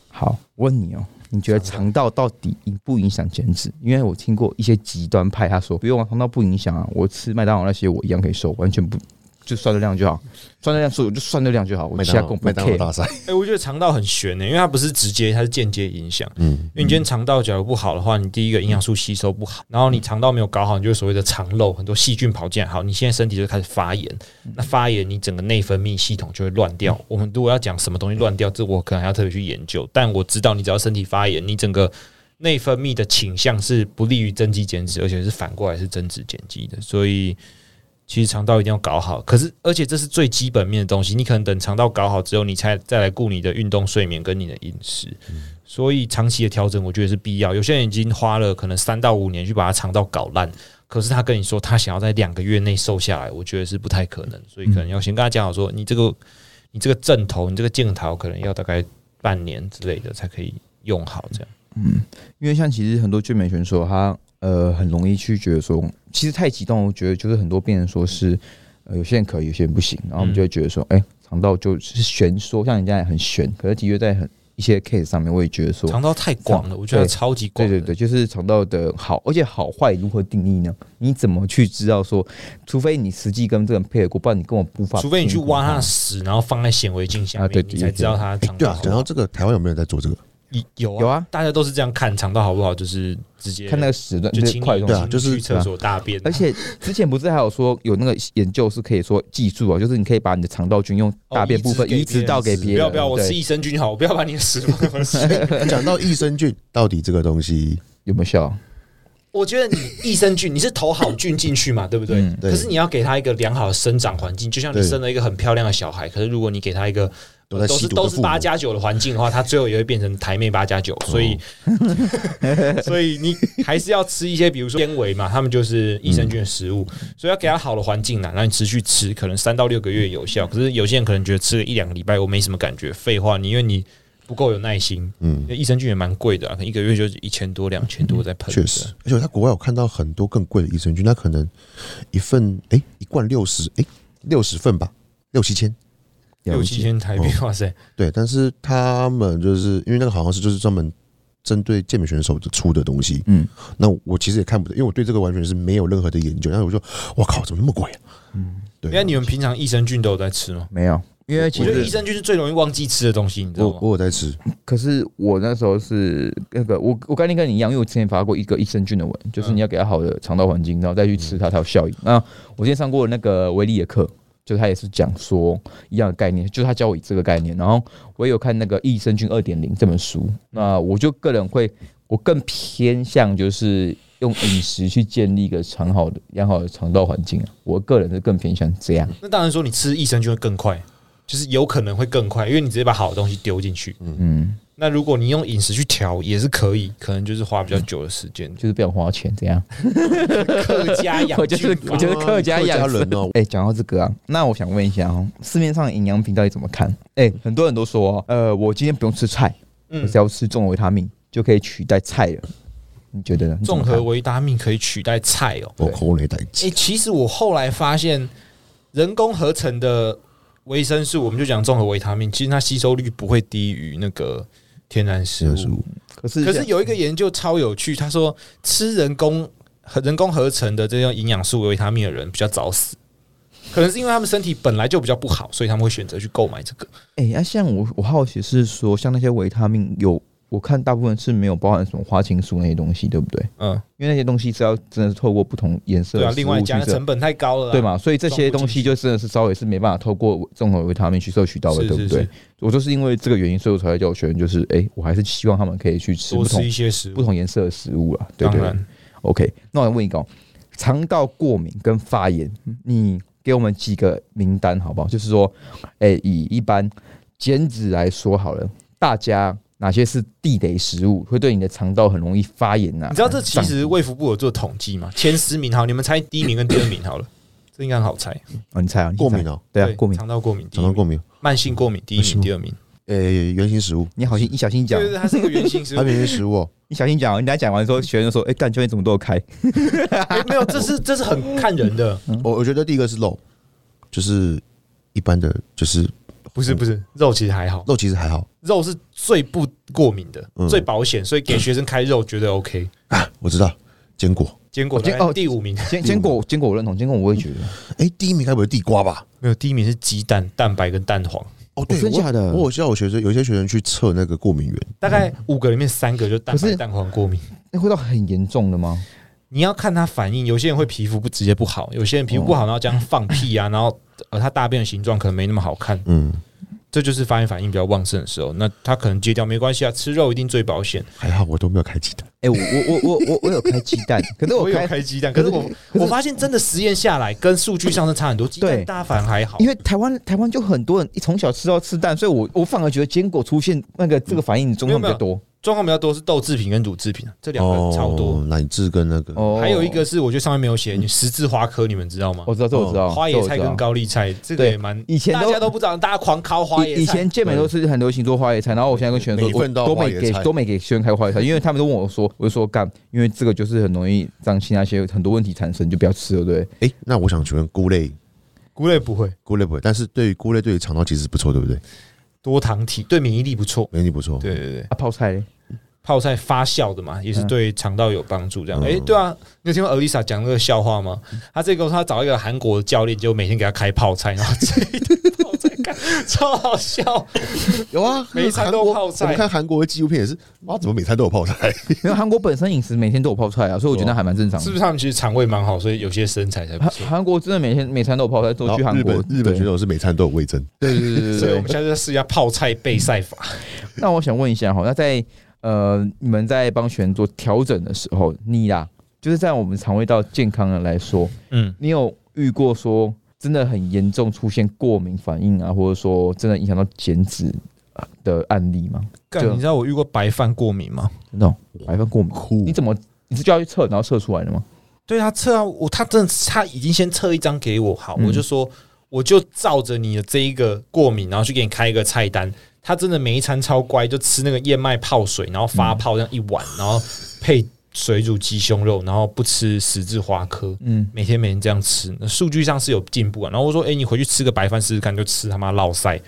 Speaker 1: 好，问你哦，你觉得肠道到底影不影响减脂？因为我听过一些极端派，他说不用啊，肠道不影响啊，我吃麦当劳那些我一样可以瘦，完全不就算热量就好，算热量所以我就算热量就好，我
Speaker 2: 麦
Speaker 1: 其他
Speaker 2: 当
Speaker 1: 根
Speaker 2: 劳
Speaker 1: 本不
Speaker 2: 麦当劳
Speaker 1: care。
Speaker 2: 大赛，
Speaker 3: 哎、我觉得肠道很悬欸呢、因为它不是直接，它是间接影响。
Speaker 2: 嗯，嗯
Speaker 3: 因为你今天肠道假如不好的话，你第一个营养素吸收不好，然后你肠道没有搞好，你就所谓的肠漏，很多细菌跑进来，好，你现在身体就开始发炎，
Speaker 2: 嗯
Speaker 3: 那发炎你整个内分泌系统就会乱掉。我们如果要讲什么东西乱掉，这我可能还要特别去研究，但我知道你只要身体发炎，你整个内分泌的倾向是不利于增肌减脂，而且是反过来是增脂减肌的，所以。其实肠道一定要搞好，可是而且这是最基本面的东西，你可能等肠道搞好之后，你才再来顾你的运动、睡眠跟你的饮食。所以长期的调整，我觉得是必要。有些人已经花了可能三到五年去把他肠道搞烂，可是他跟你说他想要在两个月内瘦下来，我觉得是不太可能。所以可能要先跟他讲好说，你这个你这个正头，你这个镜头可能要大概半年之类的才可以用好。这样
Speaker 1: 因为像其实很多健美选手，他呃很容易去觉得说，其实太激动，我觉得就是很多病人说是，呃有些人可以，有些人不行，然后我们
Speaker 3: 嗯
Speaker 1: 就会觉得说，哎、肠道就是悬缩，像人家也很悬，可是的确在很一些 case 上面，我也觉得说，
Speaker 3: 肠道太广了，我觉得它超级广。
Speaker 1: 对对对，，就是肠道的好，而且好坏如何定义呢？你怎么去知道说，除非你实际跟这个人配合过，不然你根本无法，
Speaker 3: 除非你去挖它的，屎，然后放在显微镜下
Speaker 1: 啊对
Speaker 3: 面，你才知道它
Speaker 2: 哎
Speaker 3: 肠
Speaker 2: 对
Speaker 3: 道
Speaker 2: 啊
Speaker 3: 好，不
Speaker 2: 讲到
Speaker 3: 好。
Speaker 2: 这个，台湾有没有在 做这个？
Speaker 3: 有
Speaker 1: 有啊
Speaker 3: 大家都是这样看肠道好不好，就是直接
Speaker 1: 看那个时段，
Speaker 3: 就
Speaker 1: 就是
Speaker 3: 清
Speaker 1: 快的
Speaker 3: 理
Speaker 1: 东
Speaker 2: 对
Speaker 1: 西
Speaker 2: 啊。就是
Speaker 3: 去厕所大便啊，
Speaker 1: 而且之前不是还有说有那个研究是可以说技术啊，就是你可以把你的肠道菌用大便部分
Speaker 3: 哦
Speaker 1: 移植到给别人，
Speaker 3: 不要不要，我
Speaker 1: 对
Speaker 3: 吃益生菌好，我不要把你的屎放在我的 屎里。
Speaker 2: 讲到益生菌，到底这个东西，
Speaker 1: 有没有效？
Speaker 3: 我觉得你益生菌，你是投好菌进去嘛，对不对？
Speaker 1: 嗯
Speaker 2: 对
Speaker 3: 可是你要给它一个良好的生长环境，就像你
Speaker 2: 对
Speaker 3: 生了一个很漂亮的小孩，可是如果你给他一个
Speaker 2: 都在
Speaker 3: 都
Speaker 2: 吸
Speaker 3: 是
Speaker 2: 毒的
Speaker 3: 都是
Speaker 2: 父母
Speaker 3: 八加九的环境的话，他最后也会变成台妹八加九，
Speaker 1: 哦
Speaker 3: 所
Speaker 2: 哦
Speaker 3: 以、 所以你还是要吃一些，比如说纤维嘛，他们就是益生菌的食物，所以要给他好的环境啦，啊让你持续吃，可能三到六个月有效。可是有些人可能觉得吃了一两个礼拜我没什么感觉，废话，你因为你不够有耐心，
Speaker 2: 嗯
Speaker 3: 因，为益生菌也蛮贵的、啊，可能一个月就是一千多、两千多在喷，
Speaker 2: 确实，，而且在国外我看到很多更贵的益生菌，那可能一份哎、一罐六十哎六十份吧，六七千。
Speaker 3: 六七千哦台币，哇塞！
Speaker 2: 对，但是他们就是因为那个好像是就是专门针对健美选手出的东西，
Speaker 1: 嗯，
Speaker 2: 那我其实也看不懂，因为我对这个完全是没有任何的研究。然后我就，我靠，怎么那么贵啊？嗯，对，
Speaker 3: 因为你们平常益生菌都有在吃吗？
Speaker 1: 没有，因为
Speaker 3: 我
Speaker 1: 其
Speaker 3: 觉得益
Speaker 1: 实
Speaker 3: 生菌是最容易忘记吃的东西，你知道
Speaker 2: 我
Speaker 3: 吗？
Speaker 2: 我有在吃，
Speaker 1: 可是我那时候是那个我我刚才跟你一样，因为我之前发过一个益生菌的文，就是你要给它好的肠道环境，然后再去吃它才有效益。那我之前上过那个威力的课。就他也是讲说一样的概念，就是他教我这个概念，然后我也有看那个《益生菌二点零》这本书，那我就个人会，我更偏向就是用饮食去建立一个长好的良好的肠道环境啊，我个人是更偏向这样。
Speaker 3: 那当然说你吃益生菌会更快，就是有可能会更快，因为你直接把好的东西丢进去。
Speaker 1: 嗯，
Speaker 3: 那如果你用饮食去调也是可以，可能就是花比较久的时间。
Speaker 1: 就是不想花钱，怎样？
Speaker 3: 客家养
Speaker 1: 我就是
Speaker 3: 菌法
Speaker 1: 我觉得客家
Speaker 2: 客家
Speaker 1: 养
Speaker 2: 人哦，
Speaker 1: 哎、讲到这个啊，那我想问一下哦，市面上营养品到底怎么看？哎、很多人都说、哦，呃，我今天不用吃菜，我
Speaker 3: 嗯
Speaker 1: 只要吃综合维他命就可以取代菜了。你觉得呢？你怎么
Speaker 3: 综
Speaker 1: 看
Speaker 3: 合维他命可以取代菜哦。
Speaker 2: 我口雷代
Speaker 3: 诶、其实我后来发现，人工合成的维生素，我们就讲综合维他命，其实它吸收率不会低于那个天然食
Speaker 2: 是是
Speaker 3: 物。
Speaker 1: 可是
Speaker 3: 可是有一个研究超有趣，他说吃人工和人工合成的这种营养素维他命的人比较早死，可能是因为他们身体本来就比较不好，所以他们会选择去购买这个。
Speaker 1: 哎，那、像我我好奇是说，像那些维他命有，我看大部分是没有包含什么花青素那些东西，对不对？
Speaker 3: 嗯，
Speaker 1: 因为那些东西是要真的是透过不同颜色
Speaker 3: 对
Speaker 1: 的
Speaker 3: 啊，
Speaker 1: 食
Speaker 3: 另
Speaker 1: 物
Speaker 3: 外
Speaker 1: 去
Speaker 3: 加的
Speaker 1: 摄
Speaker 3: 成本太高了啊、
Speaker 1: 对嘛，所以这些东西就
Speaker 3: 装
Speaker 1: 真的是稍微是没办法透过综合维他命去摄取到的，
Speaker 3: 是
Speaker 1: 对不
Speaker 3: 是
Speaker 1: 对
Speaker 3: 是？
Speaker 1: 我就是因为这个原因，所以我才会叫我学员，就是哎、我还是希望他们可以去吃
Speaker 3: 多
Speaker 1: 不
Speaker 3: 吃
Speaker 1: 同
Speaker 3: 一些食
Speaker 1: 不
Speaker 3: 物。
Speaker 1: 同颜色的食物啊，对
Speaker 3: 当
Speaker 1: 对
Speaker 3: 然
Speaker 1: 对。OK，那我来问一个、哦，肠道过敏跟发炎，你给我们几个名单好不好？就是说，哎、以一般减脂来说好了，大家哪些是地雷食物，会对你的肠道很容易发炎啊？
Speaker 3: 你知道这其
Speaker 1: 胀
Speaker 3: 实卫福部有做统计嘛？前十名好，你们猜第一名跟第二名好了，这应该很好猜。
Speaker 1: 哦，你猜啊？你猜
Speaker 2: 过敏？哦，
Speaker 1: 对啊，过敏。
Speaker 3: 肠道过敏，第
Speaker 2: 肠道
Speaker 3: 一名，
Speaker 2: 过敏，
Speaker 3: 慢性过敏第一名，第二名。
Speaker 2: 诶，原型食物，
Speaker 1: 你好心，你小心
Speaker 3: 对
Speaker 1: 讲，
Speaker 3: 对对，它是一个圆形食
Speaker 2: 它
Speaker 3: 物。
Speaker 2: 原型食物哦，
Speaker 1: 你小心讲哦。你等下讲完之后，学员就说：“哎、干，教练怎么都有开
Speaker 3: 诶没有，这是这是很看人的，
Speaker 2: 我我觉得第一个是肉，就是一般的，就是
Speaker 3: 不是不是，肉其实还好，
Speaker 2: 肉其实还好，
Speaker 3: 肉是最不过敏的，
Speaker 2: 嗯
Speaker 3: 最保险，所以给学生开肉绝对 OK。
Speaker 2: 我知道坚果，
Speaker 3: 坚果
Speaker 1: 哦坚
Speaker 3: 大概
Speaker 1: 哦
Speaker 3: 第五名，
Speaker 1: 坚坚果，坚果我认同，坚果我也觉得。
Speaker 2: 诶，第一名该不会地瓜吧？
Speaker 3: 没有第一名是鸡蛋、蛋白跟蛋黄，
Speaker 2: 哦，对，
Speaker 1: 真
Speaker 2: 我
Speaker 1: 假的
Speaker 2: 我有叫我学生，有一些学生去测那个过敏源，
Speaker 3: 大概五个里面三个就蛋
Speaker 1: 可
Speaker 3: 白
Speaker 1: 是
Speaker 3: 蛋黄过敏。
Speaker 1: 那哎会到很严重的吗？
Speaker 3: 你要看他反应，有些人会皮肤不直接不好，有些人皮肤不好，然后这样放屁啊，然后呃他大便的形状可能没那么好看，
Speaker 2: 嗯，
Speaker 3: 这就是发炎反应比较旺盛的时候。那他可能戒掉没关系啊，吃肉一定最保险。
Speaker 2: 还好我都没有开鸡蛋，
Speaker 1: 哎、我我我我我我有开鸡蛋，可 是我开
Speaker 3: 鸡蛋，
Speaker 1: 可
Speaker 3: 可
Speaker 1: 是
Speaker 3: 是我我发现真的实验下来跟数据上是差很多，鸡
Speaker 1: 对
Speaker 3: 蛋大家反而还好
Speaker 1: 因。为台湾台湾就很多人一从小吃到吃蛋，所以我我反而觉得坚果出现那个这个反应中况比较多。
Speaker 3: 状况比较多是豆制品跟乳制品，啊这两个超多。
Speaker 2: 哦，奶制跟那个，
Speaker 1: 哦
Speaker 3: 还有一个是我觉得上面没有写，你十字花科你们知道吗？
Speaker 1: 我知道，这我知道，
Speaker 3: 花
Speaker 1: 哦这
Speaker 3: 椰
Speaker 1: 我
Speaker 3: 菜
Speaker 1: 知道
Speaker 3: 跟高丽菜这个
Speaker 1: 对
Speaker 3: 也蛮，
Speaker 1: 以前
Speaker 3: 大
Speaker 1: 都
Speaker 3: 家都不知道，大家狂烤花椰菜。
Speaker 1: 以以前健美都是很流行做花椰菜，然后我现在跟学员说，
Speaker 2: 每
Speaker 1: 我
Speaker 2: 份都要
Speaker 1: 都
Speaker 2: 花
Speaker 1: 没
Speaker 2: 椰
Speaker 1: 给
Speaker 2: 菜
Speaker 1: 都没给学员开花椰菜，因为他们都问我说，我就说干，因为这个就是很容易脏器那些很多问题产生，就不要吃了，对不对。
Speaker 2: 诶，那我想请问菇类，
Speaker 3: 菇类不会
Speaker 2: 菇类不会，但是对于菇类对于肠道其实不错，对不对？
Speaker 3: 多糖体，对免疫力不错。
Speaker 2: 免疫力不错，
Speaker 3: 对对对。
Speaker 1: 啊，泡菜嘞，
Speaker 3: 泡菜发酵的嘛，也是
Speaker 1: 嗯
Speaker 3: 对肠道有帮助。这样，哎、对啊，你有听过 Elisa 讲那个笑话吗？
Speaker 1: 嗯
Speaker 3: 她这个说她找一个韩国教练，就每天给他开泡菜，然后这一顿泡菜看， 超好笑。
Speaker 1: 嗯
Speaker 2: 有啊，
Speaker 3: 每一餐都
Speaker 2: 韩国
Speaker 3: 泡菜
Speaker 2: 我们看韩国的纪录片也是，妈怎么每餐都有泡菜？
Speaker 1: 因为韩国本身饮食每天都有泡菜啊，所以我觉得那还蛮正常
Speaker 3: 是不
Speaker 1: 的。
Speaker 3: 是他们其实肠胃蛮好，所以有些身材才不
Speaker 1: 韩
Speaker 3: 错？
Speaker 1: 韩国真的每天每餐都有泡菜，都去
Speaker 2: 然后
Speaker 1: 韩
Speaker 2: 日
Speaker 1: 国
Speaker 2: 本日本
Speaker 1: 对
Speaker 2: 选手是每餐都有味增，
Speaker 1: 对对对对
Speaker 3: 所以我
Speaker 1: 对
Speaker 3: 们。现在就试一下泡菜备赛法。
Speaker 1: 那我想问一下哈，那在呃你们在帮学员做调整的时候，你啦，就是在我们肠胃道健康的来说，
Speaker 3: 嗯，
Speaker 1: 你有遇过说真的很严重出现过敏反应啊，或者说真的影响到减脂呃的案例吗？
Speaker 3: 干
Speaker 1: 就
Speaker 3: 你知道我遇过白饭过敏吗？
Speaker 1: 真的哦、白饭过敏，
Speaker 2: 酷
Speaker 1: 你怎么你是叫他去测，然后测出来的吗？
Speaker 3: 对啊，测啊，我他真的他已经先测一张给我，好，
Speaker 1: 嗯
Speaker 3: 我就说我就照着你的这一个过敏，然后去给你开一个菜单。他真的每一餐超乖，就吃那个燕麦泡水，然后发泡这样一碗，然后配水煮鸡胸肉，然后不吃十字花科，
Speaker 1: 嗯，
Speaker 3: 每天每天这样吃，那数据上是有进步啊。然后我说，哎、你回去吃个白饭试试看，就吃他妈落塞，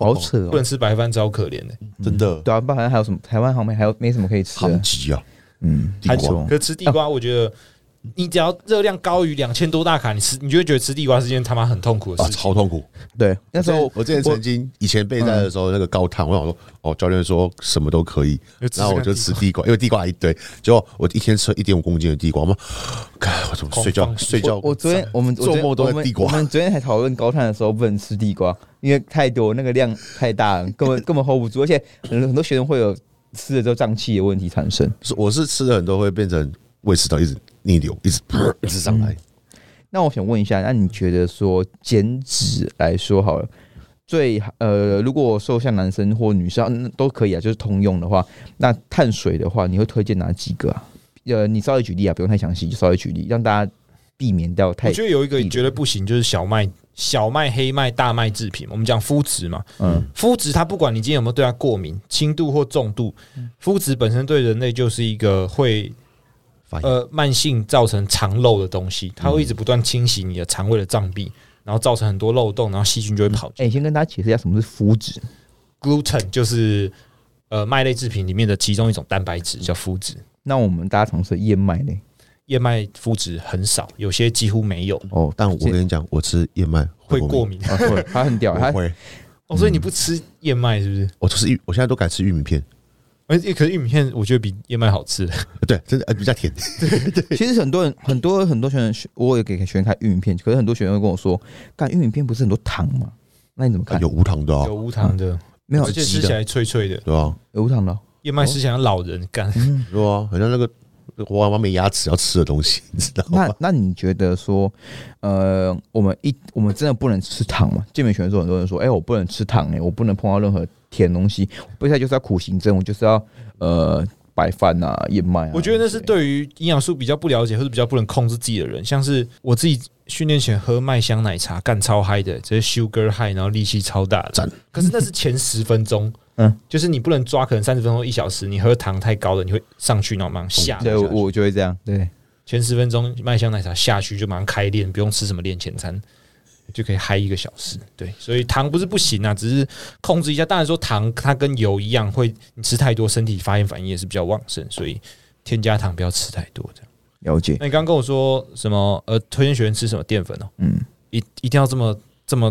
Speaker 1: 好扯
Speaker 3: 不
Speaker 1: 哦。
Speaker 3: 能吃白饭超可怜的、
Speaker 2: 真的
Speaker 1: 对啊，不然还有什么？台湾好像还有没什么可以吃
Speaker 2: 好
Speaker 1: 的，
Speaker 2: 急啊！
Speaker 1: 嗯，
Speaker 2: 地瓜
Speaker 1: 不错
Speaker 3: 可是吃地瓜，我觉得你只要热量高于两千多大卡，你吃你就会觉得吃地瓜是件他妈很痛苦的
Speaker 2: 啊，
Speaker 3: 事情。
Speaker 2: 超痛苦。
Speaker 1: 对，那时候
Speaker 2: 我之前曾经以前备赛的时候，
Speaker 1: 嗯
Speaker 2: 那个高碳，我想说，哦，教练说什么都可以，
Speaker 3: 就吃
Speaker 2: 然后我
Speaker 3: 看
Speaker 2: 就
Speaker 3: 地
Speaker 2: 吃地瓜，因为地瓜一堆，结果我一天吃一点五公斤的地瓜嘛，看我怎么睡觉
Speaker 3: 狂放
Speaker 2: 睡觉，
Speaker 1: 我昨天我们我昨
Speaker 2: 做
Speaker 1: 天
Speaker 2: 梦都
Speaker 1: 我
Speaker 2: 在
Speaker 1: 们
Speaker 2: 地瓜
Speaker 1: 我们昨天还讨论高碳的时候不能吃地瓜，因为太多那个量太大了，根本 根本 hold 不住，而且很很多学生会有吃了之后胀气的问题产生。
Speaker 2: 是我是吃了很多会变成胃食道一直逆流，一直一直
Speaker 1: 嗯
Speaker 2: 上来。
Speaker 1: 那我想问一下，那你觉得说减脂来说好了，最呃，如果说像男生或女生嗯都可以啊，就是通用的话，那碳水的话，你会推荐哪几个啊？呃，你稍微举例啊，不用太详细，就稍微举例，让大家避免掉
Speaker 3: 我
Speaker 1: 太
Speaker 3: 觉得有一个
Speaker 1: 地
Speaker 3: 绝对不行，就是小麦、小麦、黑麦、大麦制品。我们讲麸质嘛，
Speaker 1: 嗯
Speaker 3: 麸质它不管你今天有没有对它过敏，轻度或重度，麸质本身对人类就是一个会
Speaker 2: 发炎
Speaker 3: 呃慢性造成肠漏的东西，它会一直不断清洗你的肠胃的脏壁，然后造成很多漏洞，然后细菌就会跑进
Speaker 1: 哎、先跟大家解释一下什么是麸质。
Speaker 3: 来。gluten 就是呃麦类制品里面的其中一种蛋白质，叫麸质。
Speaker 1: 那我们大家常吃的燕麦呢？
Speaker 3: 燕麦麸质很少，有些几乎没有，
Speaker 1: 哦，
Speaker 2: 但我跟你讲，我吃燕麦
Speaker 3: 会过
Speaker 2: 过
Speaker 3: 敏。
Speaker 1: 啊会它很屌，
Speaker 2: 敏，我
Speaker 1: 它
Speaker 2: 会，
Speaker 3: 哦，所以你不吃燕麦是不是？
Speaker 2: 我都是玉，我现在都改吃玉米片。
Speaker 3: 而且可是玉米片我觉得比燕麦好吃。
Speaker 2: 对，真的呃比较 甜。
Speaker 1: 其实很多人很多很多学生，我也给学生看玉米片，可是很多学生会跟我说，干玉米片不是很多糖吗？那你怎么看？
Speaker 2: 有无糖的
Speaker 3: 哎有
Speaker 2: 哦，
Speaker 3: 无糖的，
Speaker 1: 没有
Speaker 3: 而且
Speaker 2: 急
Speaker 3: 吃
Speaker 2: 的
Speaker 3: 起来脆脆的。
Speaker 2: 对吧？
Speaker 1: 有无糖 的哦、
Speaker 3: 燕麦是想要老人干，
Speaker 2: 对啊，好像那个我妈没牙齿要吃的东西，你知道吗
Speaker 1: 那？那你觉得说，呃，我们一我们真的不能吃糖吗？健美选手很多人说，哎、我不能吃糖、哎，我不能碰到任何甜东西，我比赛就是要苦行僧，我就是要呃白饭啊、燕麦啊。
Speaker 3: 我觉得那是
Speaker 1: 对
Speaker 3: 对于营养素比较不了解或者比较不能控制自己的人，像是我自己训练前喝麦香奶茶，干超嗨的，直接 sugar high，然后力气超大
Speaker 2: 赞
Speaker 3: 的。可是那是前十分钟，
Speaker 1: 嗯
Speaker 3: 嗯，就是你不能抓，可能三十分钟、一小时，你喝糖太高了，你会上去，然后马上下
Speaker 1: 对，。我我就会这样。对，
Speaker 3: 前十分钟麦香奶茶下去就马上开练，不用吃什么练前餐，就可以嗨一个小时。对，所以糖不是不行啊，只是控制一下。当然说糖它跟油一样，会你吃太多，身体发炎反应也是比较旺盛，所以添加糖不要吃太多。这样。
Speaker 1: 了解。
Speaker 3: 那你刚刚跟我说什么？呃，推荐学员吃什么淀粉哦？
Speaker 1: 嗯，
Speaker 3: 一一定要这么这么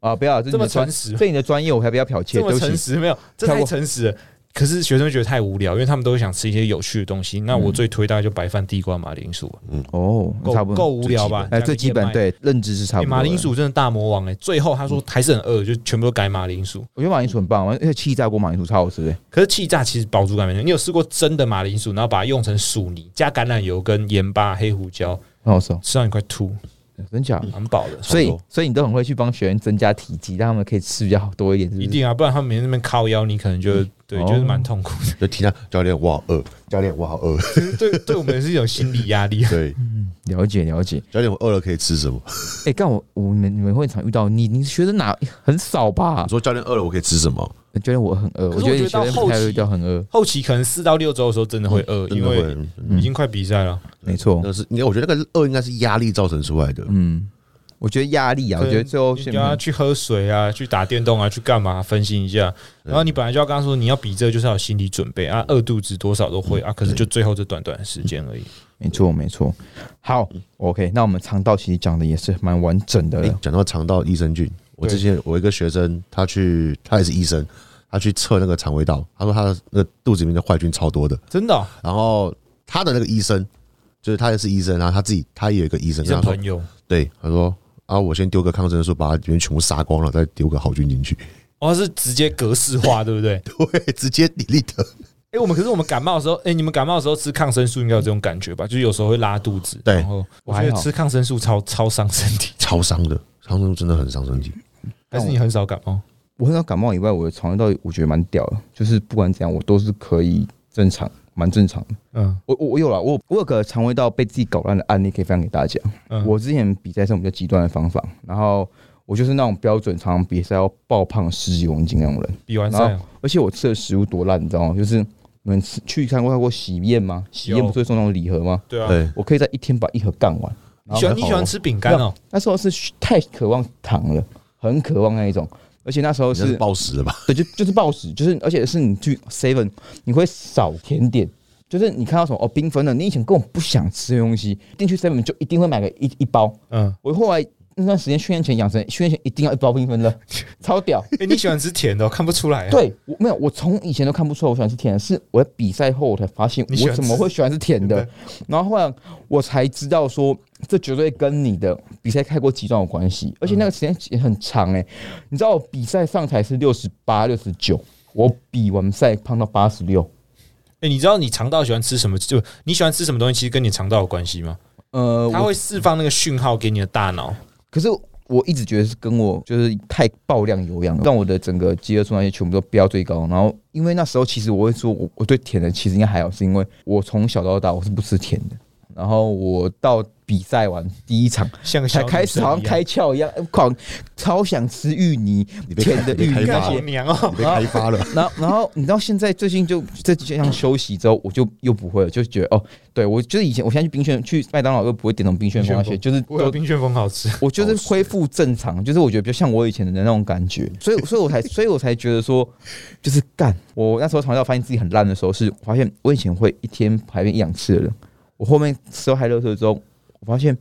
Speaker 1: 啊，不要这是
Speaker 3: 这
Speaker 1: 你
Speaker 3: 么
Speaker 1: 的专
Speaker 3: 诚，实，
Speaker 1: 这你的专业我还比较剽窃，
Speaker 3: 这
Speaker 1: 对不
Speaker 3: 么诚
Speaker 1: 起。
Speaker 3: 实没有？这
Speaker 1: 跳
Speaker 3: 太
Speaker 1: 过
Speaker 3: 诚实了。可是学生觉得太无聊，因为他们都想吃一些有趣的东西。那我最推大概就白饭、地瓜、马铃薯啊了，
Speaker 1: 哦，
Speaker 3: 够
Speaker 1: 差不多
Speaker 3: 够无聊吧？
Speaker 1: 哎，最基本
Speaker 3: 对。
Speaker 1: 对认知是差不
Speaker 3: 欸
Speaker 1: 多的、
Speaker 3: 马铃薯真的大魔王哎、最后他说还是很饿，就全部都改马铃薯。
Speaker 1: 我觉得马铃薯很棒，而且气炸锅马铃薯超好吃的。
Speaker 3: 可是气炸其实饱足感没有。你有试过真的马铃薯，然后把它用成薯泥，加橄榄油跟盐巴、黑胡椒，
Speaker 1: 很好吃哦，
Speaker 3: 吃到你快吐，
Speaker 1: 真假？
Speaker 3: 蛮饱的。
Speaker 1: 所
Speaker 2: 差
Speaker 1: 以
Speaker 2: 不多，
Speaker 1: 所以你都很会去帮学员增加体积，让他们可以吃比较多一点，是不是
Speaker 3: 一定啊，不然他们每天在那边靠腰，你可能就对，
Speaker 1: 哦
Speaker 3: 就是蛮痛苦的。
Speaker 2: 就听到教练我好饿，教练我好饿，
Speaker 3: 对，对我们是一种心理 压力。
Speaker 2: 对，
Speaker 1: 了解了解。
Speaker 2: 教练我饿了可以吃什么？
Speaker 1: 哎、干我我你们你们会常遇到你你学生哪很少吧
Speaker 2: 我？说教练饿了我可以吃什么？
Speaker 1: 我觉得我很饿，
Speaker 3: 可
Speaker 1: 我
Speaker 3: 是
Speaker 1: 觉得你学
Speaker 3: 我觉得
Speaker 1: 生
Speaker 3: 到后
Speaker 1: 不太会遇
Speaker 3: 期
Speaker 1: 到很饿，
Speaker 3: 后期可能四到六周的时候真的会
Speaker 1: 嗯
Speaker 3: 饿，
Speaker 2: 真
Speaker 3: 因
Speaker 2: 的
Speaker 3: 为
Speaker 2: 会，
Speaker 3: 已经快比赛了。
Speaker 1: 没错。
Speaker 2: 那是你我觉得那个饿应该是压力造成出来的，
Speaker 1: 嗯，我觉得压力啊，我
Speaker 3: 可能
Speaker 1: 觉得最后
Speaker 3: 你
Speaker 1: 是
Speaker 3: 叫他去喝水啊，去打电动啊，去干嘛？分析一下。然后你本来就要跟他说，你要比这个就是要有心理准备啊，饿肚子多少都会啊，可是就最后这短短的时间而已。
Speaker 1: 嗯没错没错。好，OK，那我们肠道其实讲的也是蛮完整的
Speaker 2: 哎、
Speaker 1: 了。
Speaker 2: 讲到肠道益生菌，我之前我一个学生，他去他也是医生，他去测那个肠胃道，他说他的那个肚子里面的坏菌超多的。
Speaker 3: 真的哦、
Speaker 2: 然后他的那个医生，就是他也是医生，然后他自己他也有一个医生，
Speaker 3: 你是
Speaker 2: 跟他说
Speaker 3: 朋友
Speaker 2: 对，他说啊，我先丢个抗生素，把它里面全部杀光了，再丢个好菌进去，
Speaker 3: 哦，是直接格式化，对不对？
Speaker 2: 对，直接你立的，
Speaker 3: 哎、我们可是我们感冒的时候，哎、你们感冒的时候吃抗生素应该有这种感觉吧？就是有时候会拉肚子，
Speaker 2: 对
Speaker 3: 然后
Speaker 1: 我
Speaker 3: 我觉得
Speaker 1: 还好
Speaker 3: 吃抗生素超超伤身体，
Speaker 2: 超伤的，抗生素真的很伤身体。
Speaker 3: 但是你很少感冒，
Speaker 1: 我很少感冒以外，我的肠胃道我觉得蛮屌的，就是不管怎样，我都是可以正常，蛮正常的。
Speaker 3: 嗯
Speaker 1: 我我我有了，我我有个肠胃道被自己搞烂的案例可以分享给大家。
Speaker 3: 嗯，
Speaker 1: 我之前比赛是用比较极端的方法，然后我就是那种标准常常比赛要爆胖十几公斤那种人，
Speaker 3: 比完赛
Speaker 1: 然
Speaker 3: 哦
Speaker 1: 后而且我吃的食物多烂，你知道吗？就是你们吃去看过看过喜宴吗？喜宴不是会送那种礼盒吗？
Speaker 3: 对啊，
Speaker 2: 对，
Speaker 1: 我可以在一天把一盒干完。
Speaker 3: 你喜欢你喜欢吃饼干哦，
Speaker 1: 那时候是太渴望糖了，很渴望那一种，而且那时候
Speaker 2: 你那是
Speaker 1: 是
Speaker 2: 暴食了 吧？
Speaker 1: 对，就就是暴食，就是而且是你去 seven，你会少甜点，就是你看到什么哦缤纷的，你以前根本不想吃的东西，进去 seven 就一定会买个一一包。
Speaker 3: 嗯，
Speaker 1: 我后来那段时间训练前养成，训练前一定要一包缤纷乐，超屌。
Speaker 3: 哎、你喜欢吃甜的、哦，看不出来、啊，
Speaker 1: 对，我没有，我从以前都看不出来我喜欢吃甜的，是我在比赛后我才发现
Speaker 3: 你喜
Speaker 1: 我
Speaker 3: 欢
Speaker 1: 怎么
Speaker 3: 吃
Speaker 1: 会喜欢吃甜的，然后后来我才知道说这绝对跟你的比赛开过极端有关系，而且那个时间也很长哎、你知道我比赛上台是六十八、六十九，我比完赛胖到八十六，
Speaker 3: 哎、你知道你肠道喜欢吃什么？就你喜欢吃什么东西，其实跟你肠道有关系吗？
Speaker 1: 呃，
Speaker 3: 它
Speaker 1: 我
Speaker 3: 会释放那个讯号给你的大脑。
Speaker 1: 可是。我一直觉得是跟我就是太爆量有氧了，让我的整个饥饿状态全部都飙最高。然后因为那时候其实我会说我我对甜的其实应该还好，是因为我从小到大我是不吃甜的。然后我到比赛完第一场
Speaker 3: 像个小
Speaker 1: 才
Speaker 3: 女
Speaker 1: 开始
Speaker 3: 生
Speaker 1: 好像
Speaker 3: 一样
Speaker 1: 开窍一样，狂超想吃芋泥
Speaker 2: 你被开
Speaker 1: 甜的
Speaker 2: 你被
Speaker 1: 芋
Speaker 2: 开
Speaker 1: 泥
Speaker 2: 发
Speaker 3: 干
Speaker 2: 了
Speaker 3: 好娘哦、
Speaker 2: 你被开发了，
Speaker 1: 然后，然后你知道现在最近就这几天休息之后，我就又不会了，就觉得哦，对我就是以前我现在去冰炫去麦当劳又不会点那种冰炫风那些，就是
Speaker 2: 啊
Speaker 3: 我有
Speaker 1: 都
Speaker 3: 冰旋风好吃，
Speaker 1: 我就是恢复正常，就是我觉得比较像我以前的那种感
Speaker 3: 嗯
Speaker 1: 觉，所以所以 我才所以我才觉得说，就是干我那时候肠道发现自己很烂的时候，是我发现我以前会一天排便一两次的人，我后面吃到海乐特之后，我发现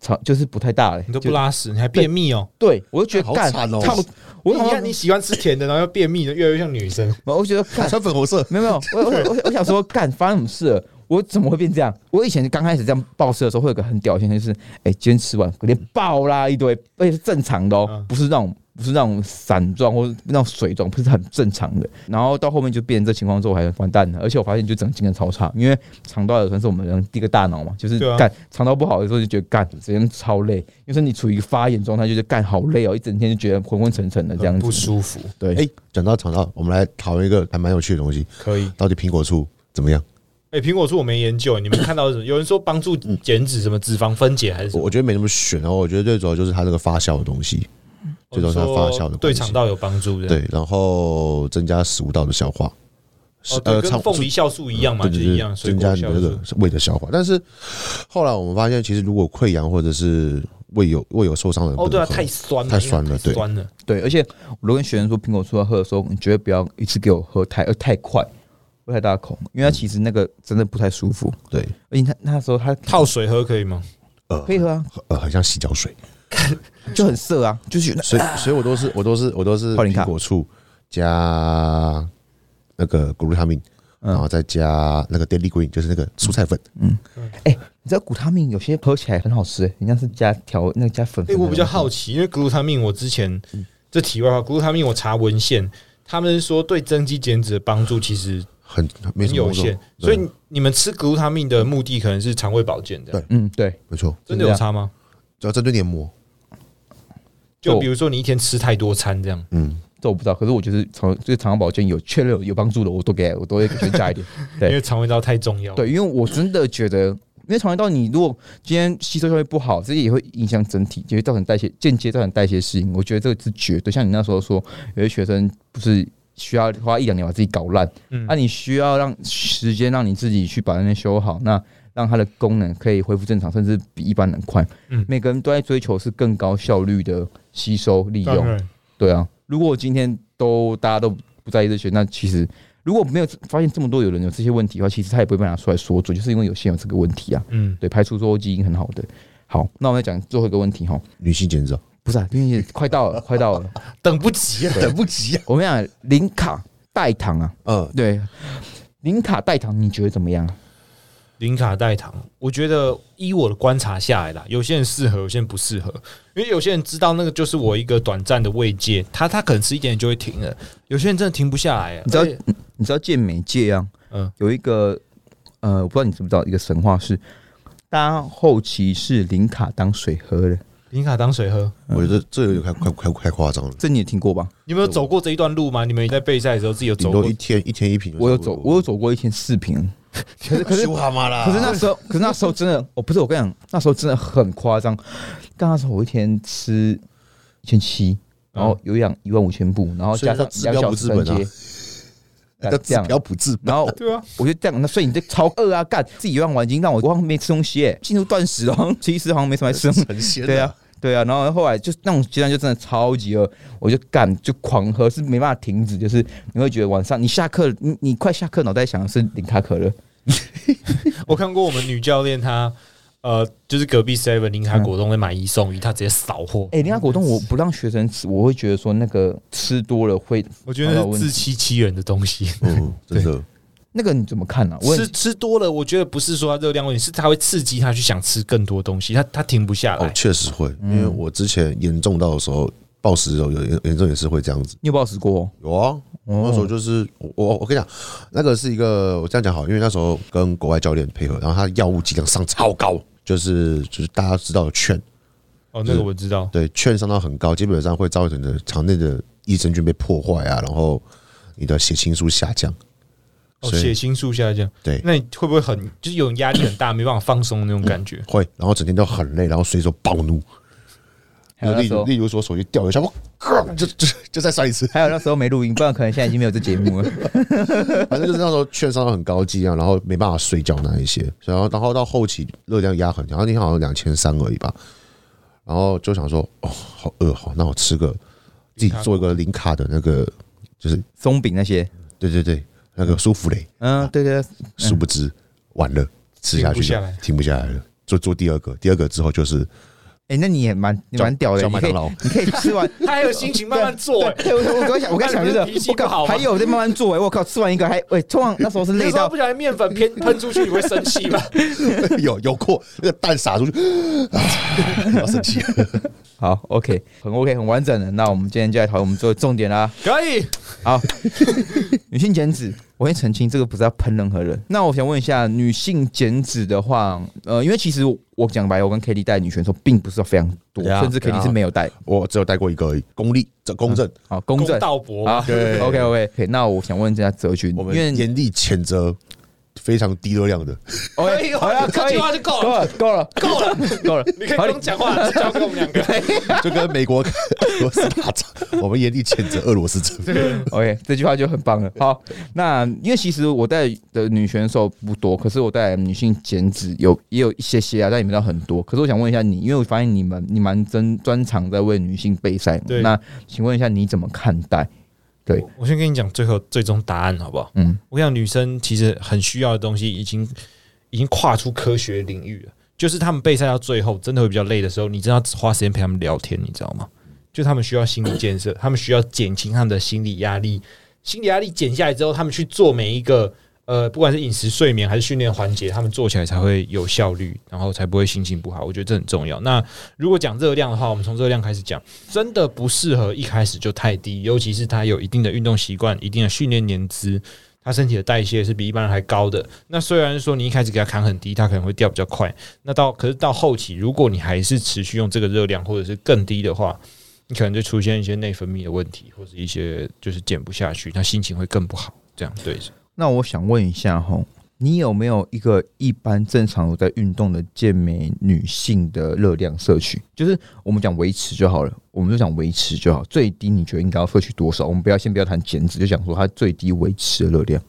Speaker 1: 肠就是不太大了、欸
Speaker 3: 你都不
Speaker 1: 就，
Speaker 3: 拉屎，你还便秘哦、
Speaker 1: 对我就觉得
Speaker 2: 好
Speaker 1: 干
Speaker 2: 惨哦
Speaker 1: 操我
Speaker 3: 你
Speaker 1: 好像
Speaker 3: 看你喜欢吃甜的，然后又便秘的，越来越像女生。
Speaker 1: 我觉得干
Speaker 2: 穿粉红色，
Speaker 1: 没有没有，我我我我想说，干发生什么事了？我怎么会变这样？我以前刚开始这样暴吃的时候，会有个很屌的现象，就是哎、今天吃完隔天爆啦一堆，而且是正常的哦、
Speaker 3: 嗯
Speaker 1: 不是那种不是那种散状或是那种水状，不是很正常的。然后到后面就变成这情况之后，我还完蛋了。而且我发现就整个精神超差，因为肠道也算是我们人第一个大脑嘛，就是
Speaker 3: 对啊
Speaker 1: 干肠道不好的时候就觉得干整天超累，就是你处于一个发炎状态，就是干好累哦，一整天就觉得昏昏沉沉的这样
Speaker 3: 很
Speaker 1: 子，
Speaker 3: 不舒服，
Speaker 1: 对，
Speaker 2: 哎，讲到肠道，我们来讨论一个还蛮有趣的东西，
Speaker 3: 可以。
Speaker 2: 到底苹果醋怎么样？
Speaker 3: 哎、苹果醋我没研究，你们看到是什么？有人说帮助
Speaker 2: 嗯
Speaker 3: 减脂，什么脂肪分解还是什
Speaker 2: 我
Speaker 3: 么？
Speaker 2: 我觉得没那么悬哦，我觉得最主要就是它这个发酵的东西，最主要是它发酵的关系
Speaker 3: 哦说对肠道有帮助的。，
Speaker 2: 对，然后增加食物道的消化，呃是
Speaker 3: 哦，对，跟
Speaker 2: 肠
Speaker 3: 凤梨酵素一样嘛，
Speaker 2: 对
Speaker 3: 就
Speaker 2: 对
Speaker 3: 一
Speaker 2: 对，
Speaker 3: 样，水
Speaker 2: 增
Speaker 3: 果
Speaker 2: 加你
Speaker 3: 酵
Speaker 2: 的这
Speaker 3: 素
Speaker 2: 个。胃的消化。但是后来我们发现，其实如果溃疡或者是胃有胃有受伤的人不
Speaker 3: 哦，
Speaker 2: 能
Speaker 3: 对啊，
Speaker 2: 喝
Speaker 3: 太酸了，
Speaker 2: 太酸了
Speaker 3: 因为太
Speaker 2: 对
Speaker 3: 酸了。
Speaker 1: 对，而且我都跟学生说，苹果醋要喝的时候，你绝对不要一次给我喝太呃太快，喝太大口，因为它
Speaker 3: 嗯
Speaker 1: 其实那个真的不太舒服。
Speaker 2: 对，
Speaker 1: 而且他那时候他
Speaker 3: 泡水喝可以吗？
Speaker 2: 呃
Speaker 1: 可，以喝啊，
Speaker 2: 呃，很像洗脚水，
Speaker 1: 就很涩啊，就是有那
Speaker 2: 所以所以我都是我都是我都是
Speaker 1: 泡林卡
Speaker 2: 苹果醋加那个谷路他命，
Speaker 1: 嗯
Speaker 2: 然后再加那个 daily green，就是那个蔬菜粉，
Speaker 1: 你知道谷他命有些喝起来很好吃、欸，人家是加调那个加粉粉
Speaker 3: 哎、
Speaker 1: 的那种。
Speaker 3: 我比较好奇，因为 glutamine 我之前
Speaker 1: 嗯
Speaker 3: 这题外话，glutamine 我查文献，他们说对增肌减脂的帮助其实
Speaker 2: 很没
Speaker 3: 很
Speaker 2: 什么
Speaker 3: 有
Speaker 2: 作
Speaker 3: 限
Speaker 2: 用，，哦
Speaker 3: 所
Speaker 2: 对
Speaker 3: 以你们吃 glutamine 的目的可能是肠胃保健的
Speaker 2: 对，
Speaker 1: 嗯，对，
Speaker 2: 没错，
Speaker 3: 真的有差吗？
Speaker 2: 主要针对黏膜，
Speaker 3: 就
Speaker 1: 就
Speaker 3: 比如说你一天吃太多餐这样，
Speaker 2: 嗯，
Speaker 1: 这我不知道，可是我觉得肠就是肠道保健有确认有有帮助的，我都给我都会给学生加一点。对
Speaker 3: 因为肠胃道太重要。
Speaker 1: 对，因为我真的觉得，因为肠胃道你如果今天吸收效率不好，这也会影响整体，就会造成代谢间接造成代谢适应。我觉得这个是绝对，像你那时候说，有些学生不是需要花一两年把自己搞烂，
Speaker 3: 嗯
Speaker 1: 那、你需要让时间让你自己去把那边修好，那让它的功能可以恢复正常，甚至比一般人快。
Speaker 3: 嗯
Speaker 1: 每个人都在追求是更高效率的吸收利
Speaker 3: 当
Speaker 1: 用。
Speaker 3: 然，
Speaker 1: 对啊，如果我今天都大家都不在意这些，那其实如果没有发现这么多有人有这些问题的话，其实他也不会被拿出来说嘴，就是因为有些人有这个问题啊。
Speaker 3: 嗯，
Speaker 1: 对，排除说基因很好的。好，那我们再讲最后一个问题哈，
Speaker 2: 女性减脂啊
Speaker 1: 不是、啊，因为快到了，快 到了。
Speaker 3: 等不及了，
Speaker 2: 等不及啊，
Speaker 1: 我们讲零卡代糖啊，
Speaker 2: 嗯，
Speaker 1: 对，零卡代糖你觉得怎么样啊？
Speaker 3: 零卡代糖，我觉得依我的观察下来啦，有些人适合，有些人不适合，因为有些人知道那个就是我一个短暂的慰藉，他他可能吃一点就会停了，有些人真的停不下来。啊
Speaker 1: 你知道
Speaker 3: 而且
Speaker 1: 你知道健美界啊，
Speaker 3: 嗯
Speaker 1: 有一个呃，我不知道你知不知道一个神话是，大家后期是零卡当水喝的，
Speaker 3: 零卡当水喝，
Speaker 1: 嗯
Speaker 2: 我觉得这有点快快快快夸张了，
Speaker 1: 这你也听过吧？
Speaker 3: 你们有走过这一段路吗？你们在备赛的时候自己有走
Speaker 2: 顶
Speaker 3: 过
Speaker 2: 多一？天一天一瓶就差不多，啊
Speaker 1: 我有走，我有走过一天四瓶，可是可是
Speaker 2: 修蛤蟆啦，
Speaker 1: 可是那时候，可是那时候真的，我哦不是我跟你讲，那时候真的很夸张。但那时候我一天吃一千七，然后有氧一万五千步，然后
Speaker 2: 所
Speaker 1: 加
Speaker 2: 以叫
Speaker 1: 上
Speaker 2: 治
Speaker 1: 两
Speaker 2: 标
Speaker 1: 小
Speaker 2: 不
Speaker 1: 时
Speaker 2: 治本
Speaker 1: 三阶，干
Speaker 2: 啊那
Speaker 1: 这
Speaker 2: 指
Speaker 1: 样
Speaker 2: 标不治
Speaker 1: 然后
Speaker 3: 对啊，
Speaker 1: 我就这样，那所以你这超饿啊，干自己一万完斤，让我忘没吃东西、欸，进入断食了，好像其实好像没什么在吃东西
Speaker 2: 很鲜的
Speaker 1: 对啊，，对啊，然后后来就那种阶段就真的超级饿，我就干就狂喝，是没办法停止，就是你会觉得晚上你下课，你你快下课，脑袋想的是零卡可乐，
Speaker 3: 我看过我们女教练她。呃，就是隔壁 Seven 零卡果冻在买一送一，她直接扫货。
Speaker 1: 哎、欸，零卡果冻我不让学生吃，我会觉得说那个吃多了会，
Speaker 3: 我觉得那是自欺欺人的东西。
Speaker 2: 嗯，真的，
Speaker 1: 那个你怎么看呢、啊？我
Speaker 3: 吃吃多了，我觉得不是说它热量问题，是它会刺激他去想吃更多东西，他他停不下
Speaker 2: 哦
Speaker 3: 来，。
Speaker 2: 确实会，因
Speaker 1: 嗯
Speaker 2: 为我之前严重到的时候，暴食的时候有严严重也是会这样子。
Speaker 1: 你有暴食过、哦？
Speaker 2: 有啊，那时候就是我我我跟你讲，那个是一个我这样讲好，因为那时候跟国外教练配合，然后他的药物剂量上超高，就是就是大家知道的劝，
Speaker 3: 哦，那个我知道，
Speaker 2: 对，券伤到很高，基本上会造成你的肠内的益生菌被破坏啊，然后你的血清素下降。
Speaker 3: 哦，
Speaker 2: 所以
Speaker 3: 血清素下降，
Speaker 2: 对
Speaker 3: 那你会不会很就是有种压力很大，没办法放松的那种感觉？
Speaker 2: 会，然后整天都很累，然后随手暴怒。
Speaker 1: 还有那
Speaker 2: 例
Speaker 1: 时
Speaker 2: 如
Speaker 1: 候，
Speaker 2: 例如说手机掉一下，我靠，就就就再摔一次
Speaker 1: 还有那时候没录音，不然可能现在已经没有这节目了。
Speaker 2: 反正就是那时候券商很高剂量，然后没办法睡觉那一些，然后然后到后期热量压很低，然后你好像两千三而已吧，然后就想说哦，好饿，好，那我吃个自己做一个零卡的那个，就是
Speaker 1: 松饼那些，
Speaker 2: 对对对，那个舒芙蕾，
Speaker 1: 嗯，对对，
Speaker 2: 殊不知完了吃下去
Speaker 3: 停不下
Speaker 2: 就
Speaker 3: 来
Speaker 2: 停不下来了，做做第二个，第二个之后就是
Speaker 1: 哎，那你也蛮你蛮屌的，
Speaker 2: 叫
Speaker 1: 你
Speaker 2: 麦
Speaker 1: 可
Speaker 2: 当
Speaker 1: 以
Speaker 2: 劳，
Speaker 1: 你可以吃完。
Speaker 3: 他还有心情慢慢做、欸，
Speaker 1: 对，我我刚想，我刚想就是
Speaker 3: 那你不是脾，气
Speaker 1: 我
Speaker 3: 不好
Speaker 1: 靠，
Speaker 3: 吗
Speaker 1: 还有在慢慢做哎，我靠，吃完一个还喂，通常那时候是
Speaker 3: 那
Speaker 1: 累
Speaker 3: 时候
Speaker 1: 到
Speaker 3: 不小心面粉偏 喷出去，你会生气吧？
Speaker 2: 有有过那个蛋撒出去，啊，要生气了。
Speaker 1: 好，OK，很 OK，很完整的。那我们今天就来讨论我们做的重点啦。
Speaker 3: 可以，
Speaker 1: 好， 女性减脂，我先澄清，这个不是要喷任何人。那我想问一下，女性减脂的话，呃，因为其实我讲白了，我跟 k d 带女选手并不是非常多，
Speaker 2: 对啊
Speaker 1: 甚至 k
Speaker 2: 对
Speaker 1: d
Speaker 2: 啊
Speaker 1: 是没有带。
Speaker 2: 我只有带过一个而已，公立这公正，
Speaker 1: 好，公正。
Speaker 3: 道博
Speaker 1: 好
Speaker 3: 嘛，
Speaker 2: 对
Speaker 1: ，OK OK，那我想问一下泽君，
Speaker 2: 我
Speaker 1: 因
Speaker 2: 们
Speaker 1: 为
Speaker 2: 严厉谴责非常低热量的。
Speaker 1: OK，
Speaker 3: 可以
Speaker 1: 好了，
Speaker 3: 这
Speaker 1: 哎哦可以
Speaker 3: 句，话就够
Speaker 1: 够
Speaker 3: 了，
Speaker 1: 了，够了，
Speaker 3: 够了，
Speaker 1: 够了，
Speaker 3: 你可以
Speaker 1: 合
Speaker 3: 不
Speaker 1: 理
Speaker 3: 用讲话，只交给我们两个。
Speaker 2: 就跟美国俄罗斯打仗，我们严厉谴责俄罗斯政府。
Speaker 1: OK，这句话就很棒了。好，那因为其实我带的女选手不多，可是我带女性减脂有也有一些些啊，但也没到很多。可是我想问一下你，因为我发现你们你蛮专专长在为女性备赛嘛，
Speaker 3: 对
Speaker 1: 那请问一下你怎么看待？对
Speaker 3: 我我先跟你讲最后最终答案好不好？
Speaker 1: 嗯，
Speaker 3: 我想女生其实很需要的东西，已经已经跨出科学领域了。就是她们备赛到最后，真的会比较累的时候，你真的要花时间陪她们聊天，你知道吗？就她们需要心理建设，她们需要减轻她们的心理压力。心理压力减下来之后，她们去做每一个呃，不管是饮食、睡眠还是训练环节，她们做起来才会有效率，然后才不会心情不好。我觉得这很重要。那如果讲热量的话，我们从热量开始讲，真的不适合一开始就太低，尤其是她有一定的运动习惯、一定的训练年资，他身体的代谢是比一般人还高的。那虽然说你一开始给他砍很低，他可能会掉比较快。那到可是到后期，如果你还是持续用这个热量或者是更低的话，你可能就出现一些内分泌的问题，或者一些就是减不下去，那心情会更不好。这样对，
Speaker 1: 那我想问一下哈，你有没有一个一般正常有在运动的健美女性的热量摄取？就是我们讲维持就好了，我们就讲维持就好，最低你觉得应该要摄取多少？我们不要先不要谈减脂，就讲说它最低维持的热量。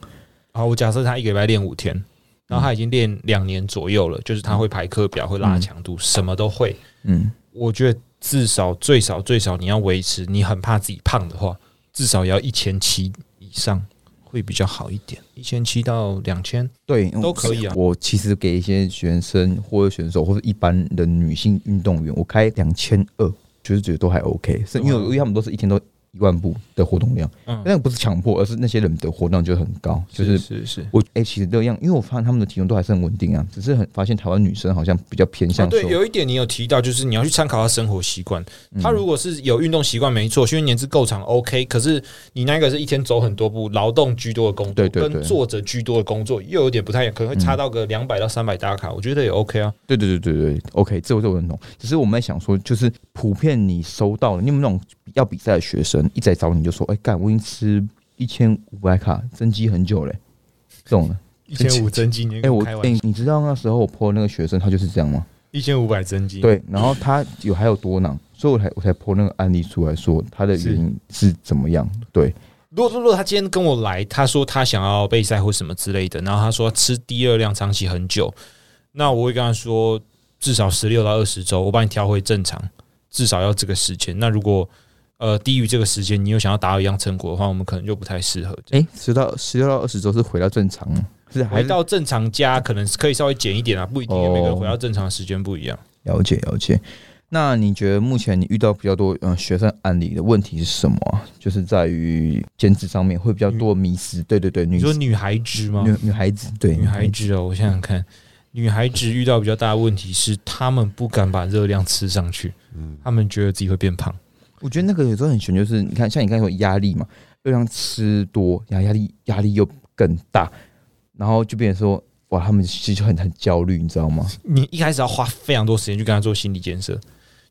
Speaker 3: 好，我假设他一个礼拜练五天，然后他已经练两年左右了，就是他会排课表，会拉强度，什么都会。
Speaker 1: 嗯，
Speaker 3: 我觉得至少最少最少你要维持，你很怕自己胖的话，至少也要一千七以上会比较好一点，一千七到两千。
Speaker 1: 对，
Speaker 3: 都可以啊
Speaker 1: 我其实给一些学生或者选手或者一般的女性运动员，我开两千二，就是觉得都还 OK，是因为因为他们都是一天都一万步的活动量，
Speaker 3: 嗯
Speaker 1: 那个不是强迫，而是那些人的活动量就很高，就是
Speaker 3: 是是。
Speaker 1: 我哎、欸其实这样，因为我发现他们的体重都还是很稳定啊，只是很发现台湾女生好像比较偏
Speaker 3: 啊，
Speaker 1: 向
Speaker 3: 对，
Speaker 1: 说，
Speaker 3: 有一点你有提到，就是你要去参考他生活习惯。
Speaker 1: 嗯
Speaker 3: 他如果是有运动习惯，没错，训练年资够长，OK。可是你那个是一天走很多步，劳动居多的工作，
Speaker 1: 对对对嗯
Speaker 3: 跟坐着居多的工作又有点不太一样，可能会差到个两百到三百大卡，我觉得也 OK 啊。
Speaker 1: 对对对对对，OK，这我这我认同。只是我们在想说，就是普遍你收到的，你有没有那种要比赛的学生一直来找你就说，哎、干，我已经吃一千五百卡，增肌很久嘞、这种 的。
Speaker 3: 一千五增肌，你
Speaker 1: 哎、我哎、你知道那时候我 PO 那个学生他就是这样吗？
Speaker 3: 一千五百增肌，，
Speaker 1: 对，然后他有还有多囊，所以我才我才 PO 那个案例出来说他的原因是怎么样。对，
Speaker 3: 如果如果他今天跟我来，他说他想要备赛或什么之类的，然后他说吃低热量长期很久，那我会跟他说至少十六到二十周，我帮你调回正常，至少要这个时间。那如果呃低于这个时间，你又想要达到一样成果的话，我们可能就不太适合。
Speaker 1: 哎、十到十六到二十周是回到正常吗？是还
Speaker 3: 回
Speaker 1: 是
Speaker 3: 到正常加可能是可以稍微减一点啊，不一定，
Speaker 1: 嗯哦
Speaker 3: 每个人回到正常的时间不一样。
Speaker 1: 了解了解。那你觉得目前你遇到比较多嗯、呃学生案例的问题是什么啊、就是在于减脂上面会比较多迷失。对对对，女
Speaker 3: 你说女孩子吗？
Speaker 1: 女女孩子对
Speaker 3: 女孩子哦，我想想看，女孩子遇到比较大的问题是，她们不敢把热量吃上去，
Speaker 1: 嗯
Speaker 3: 她们觉得自己会变胖。
Speaker 1: 我觉得那个有时候很悬，就是你看像你刚才说压力嘛，又让吃多，然后压力压力又更大，然后就变成说哇，他们其实就很很焦虑，你知道吗？
Speaker 3: 你一开始要花非常多时间去跟他做心理建设，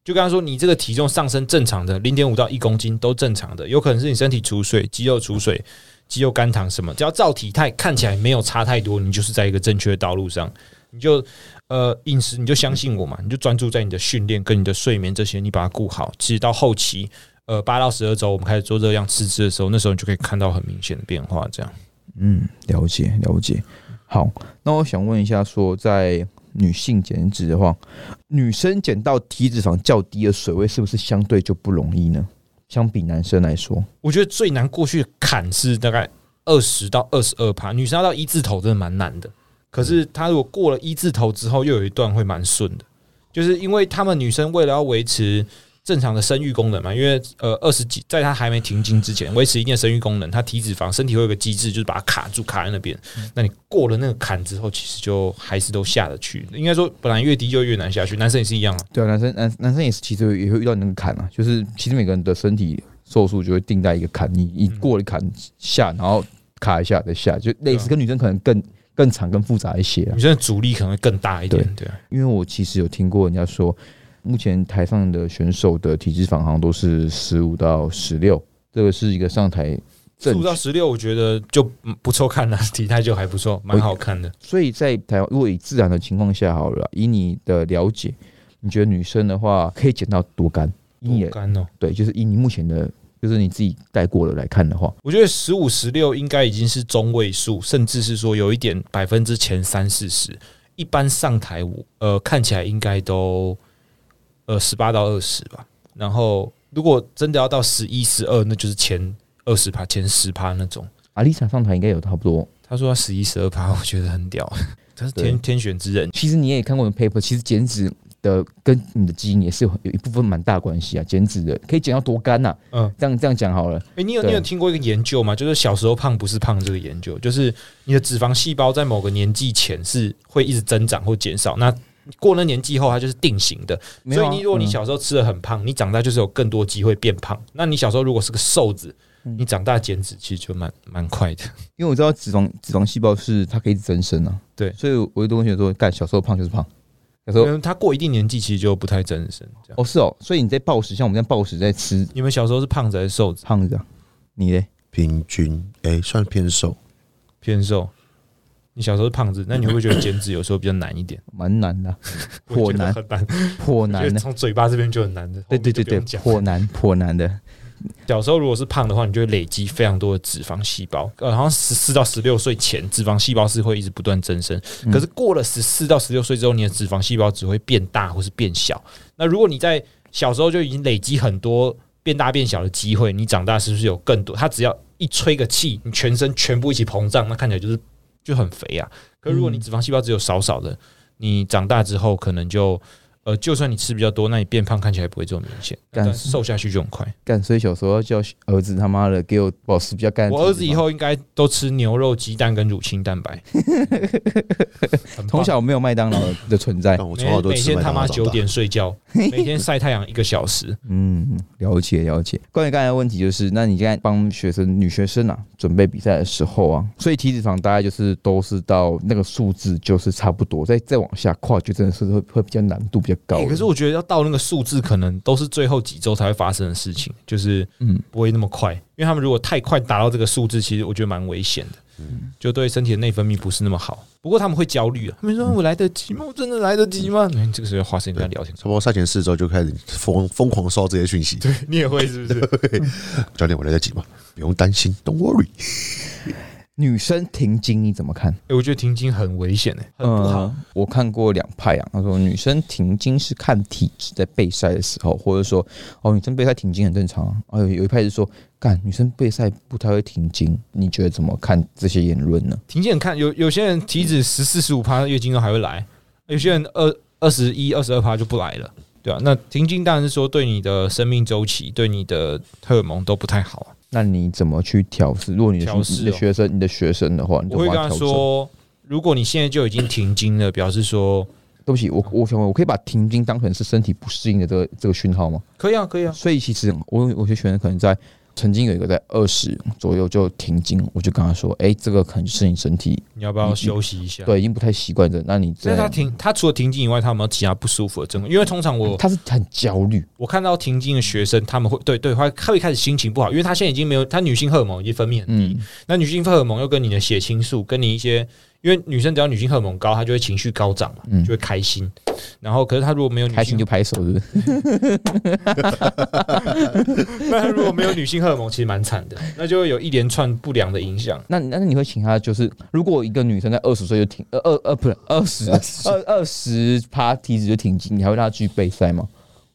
Speaker 3: 就跟他说，你这个体重上升正常的，零点五到一公斤都正常的，有可能是你身体储水、肌肉储水、肌肉肝糖什么，只要照体态看起来没有差太多，你就是在一个正确的道路上。你就呃饮食，你就相信我嘛，你就专注在你的训练跟你的睡眠这些，你把它顾好。其实到后期，呃，八到十二周，我们开始做热量赤字的时候，那时候你就可以看到很明显的变化。这样，
Speaker 1: 嗯，了解了解。好，那我想问一下说在女性减脂的话，女生减到体脂肪较低的水位，是不是相对就不容易呢？相比男生来说，
Speaker 3: 我觉得最难过去的坎是大概二十到二十二趴，女生要到一字头真的蛮难的。可是她如果过了一字头之后，又有一段会蛮顺的，就是因为她们女生为了要维持正常的生育功能嘛，因为呃二十几，在她还没停经之前，维持一定的生育功能，她体脂肪身体会有个机制，就是把它卡住，卡在那边。那你过了那个坎之后，其实就还是都下得去。应该说，本来越低就越难下去，男生也是一样啊。
Speaker 1: 对啊，男生男男生也是，其实也会遇到那个坎啊，就是其实每个人的身体瘦数就会定在一个坎，你你
Speaker 3: 嗯
Speaker 1: 过了坎下，然后卡一下再下，就类似跟女生可能更更长更复杂一些啊
Speaker 3: 女。生的阻力可能会更大一点，对啊。
Speaker 1: 因为我其实有听过人家说，目前台上的选手的体脂肪好像都是十五到十六，这个是一个上台
Speaker 3: 十
Speaker 1: 正
Speaker 3: 五到十六，我觉得就嗯不错看了，体态就还不错，蛮好看的。
Speaker 1: 所以在台湾，如果以自然的情况下好了，以你的了解，你觉得女生的话可以减到多干？以你
Speaker 3: 多
Speaker 1: 的
Speaker 3: 干哦！
Speaker 1: 对，就是以你目前的，就是你自己带过的来看的话，
Speaker 3: 我觉得十五、十六应该已经是中位数，甚至是说有一点百分之前三四十。一般上台我呃看起来应该都呃十八到二十吧。然后如果真的要到十一、十二，那就是前二十趴、前十趴那种。
Speaker 1: 阿丽莎上台应该有差不多。
Speaker 3: 他说他十一、十二趴，我觉得很屌， 他是天天选之人。
Speaker 1: 其实你也看过我的 paper，其实减脂的跟你的基因也是有有一部分蛮大关系啊。减脂的可以减到多干呐、啊
Speaker 3: 嗯，
Speaker 1: 这样这样讲好了，
Speaker 3: 哎、你有
Speaker 1: 对
Speaker 3: 你有听过一个研究吗？就是小时候胖不是胖这个研究，就是你的脂肪细胞在某个年纪前是会一直增长或减少，那过了年纪后它就是定型的。
Speaker 1: 没
Speaker 3: 所
Speaker 1: 有
Speaker 3: 以
Speaker 1: 啊
Speaker 3: 你如果你
Speaker 1: 嗯
Speaker 3: 小时候吃的很胖，你长大就是有更多机会变胖。那你小时候如果是个瘦子，
Speaker 1: 嗯
Speaker 3: 你长大减脂其实就蛮蛮快的。
Speaker 1: 因为我知道脂肪脂肪细胞是它可以一直增生啊，
Speaker 3: 对
Speaker 1: 所以我有同学说，干小时候胖就是胖，小时候
Speaker 3: 嗯，他过一定年纪其实就不太增生。这样，
Speaker 1: 哦是哦，所以你在暴食，像我们这样暴食在吃
Speaker 3: 你们小时候是胖子还是瘦子？
Speaker 1: 胖子啊，你嘞？
Speaker 2: 平均哎、算偏瘦，
Speaker 3: 偏瘦。你小时候是胖子，那你会不会觉得减脂有时候比较难 一点？
Speaker 1: 蛮难的啊，颇难
Speaker 3: 我觉得很难，
Speaker 1: 颇
Speaker 3: 我觉
Speaker 1: 难
Speaker 3: 得
Speaker 1: 的，
Speaker 3: 从嘴巴这边就很难的。
Speaker 1: 对对
Speaker 3: 后面
Speaker 1: 对
Speaker 3: 就不用
Speaker 1: 对，
Speaker 3: 讲
Speaker 1: 颇难颇难的，
Speaker 3: 小时候如果是胖的话，你就会累积非常多的脂肪细胞。呃，好像十四到十六岁前，脂肪细胞是会一直不断增生。
Speaker 1: 嗯
Speaker 3: 可是过了十四到十六岁之后，你的脂肪细胞只会变大或是变小。那如果你在小时候就已经累积很多变大变小的机会，你长大是不是有更多？它只要一吹个气，你全身全部一起膨胀，那看起来就是就很肥啊。可如果你
Speaker 1: 嗯
Speaker 3: 脂肪细胞只有少少的，你长大之后可能就呃，就算你吃比较多，那你变胖看起来不会这么明显，
Speaker 1: 干
Speaker 3: 但瘦下去就很快。
Speaker 1: 干，所以小时候要叫儿子他妈的给我保持比较干的体脂肪，
Speaker 3: 我儿子以后应该都吃牛肉、鸡蛋跟乳清蛋 白。很棒
Speaker 1: 从小没有麦当劳的存在，
Speaker 2: 但我从小
Speaker 3: 每
Speaker 2: 都
Speaker 3: 哎每
Speaker 2: 吃
Speaker 3: 天
Speaker 2: 麦
Speaker 3: 他
Speaker 2: 当劳
Speaker 3: 妈
Speaker 2: 长
Speaker 3: 九
Speaker 2: 大
Speaker 3: 点 睡觉，每天晒太阳一个小时。
Speaker 1: 嗯，了解了解。关于刚才的问题，就是那你现在帮学生、女学生啊准备比赛的时候啊，所以体脂肪大概就是都是到那个数字，就是差不多，再再往下跨就真的是会会比较难度比较高了、
Speaker 3: 欸可是我觉得要到那个数字，可能都是最后几周才会发生的事情，就是
Speaker 1: 嗯
Speaker 3: 不会那么快，因为他们如果太快达到这个数字，其实我觉得蛮危险的，
Speaker 1: 嗯
Speaker 3: 就对身体的内分泌不是那么好。不过他们会焦虑啊，
Speaker 1: 嗯
Speaker 3: 他们说我来得及吗？我真的来得及吗？欸这个时候要花时间跟他聊天
Speaker 2: 差，不多赛前四周就开始疯疯狂收到这些讯息。
Speaker 3: 你也会是 不是？
Speaker 2: 教练，我来得及吗？不用担心，Don't worry。
Speaker 1: 女生停经你怎么看？
Speaker 3: 欸我觉得停经很危险诶，很不好。
Speaker 1: 嗯我看过两派啊，他说女生停经是看体质，在备赛的时候，或者说哦，女生备赛停经很正常啊。哦，有有一派是说，干女生备赛不太会停经，你觉得怎么看这些言论呢？
Speaker 3: 挺健看有有些人体脂十四十五趴，月经都还会来；有些人二二十一、二十二趴就不来了，对啊，那停经当然是说对你的生命周期、对你的荷尔蒙都不太好啊、
Speaker 1: 那你怎么去调试？如果你的
Speaker 3: 调
Speaker 1: 学
Speaker 3: 试
Speaker 1: 你的
Speaker 3: 哦
Speaker 1: 学生，你的学生的话，你怎
Speaker 3: 我
Speaker 1: 么
Speaker 3: 会
Speaker 1: 把
Speaker 3: 跟
Speaker 1: 它
Speaker 3: 他
Speaker 1: 调整？
Speaker 3: 说，如果你现在就已经停经了，表示说
Speaker 1: 对不起，我我想问，我可以把停经当成是身体不适应的这个这个讯号吗？
Speaker 3: 可以啊，可以啊，
Speaker 1: 所以其实我有些学生可能在曾经有一个在二十左右就停经，我就跟他说，哎、这个可能是你身体
Speaker 3: 你要不要休息一下？
Speaker 1: 对已经不太习惯这，那你
Speaker 3: 那
Speaker 1: 这
Speaker 3: 他停，他除了停经以外，他有没有其他不舒服的症状？因为通常我
Speaker 1: 他是很焦虑，
Speaker 3: 我看到停经的学生，他们会对对，他他会开始心情不好，因为他现在已经没有，他女性荷尔蒙已经分泌很低，
Speaker 1: 嗯
Speaker 3: 那女性荷尔蒙又跟你的血清素，跟你一些，因为女生只要女性荷尔蒙高，她就会情绪高涨嘛，
Speaker 1: 嗯
Speaker 3: 就会开心。然后，可是她如果没有女
Speaker 1: 开
Speaker 3: 性
Speaker 1: 心就，拍手，是不是？
Speaker 3: 那 她如果没有女性荷尔蒙，其实蛮惨的，那就会有一连串不良的影响。
Speaker 1: 那那那你会请他就是，如果一个女生在二十岁就停，呃二呃不是二十二二十趴体脂就停经，你还会让她去备赛吗？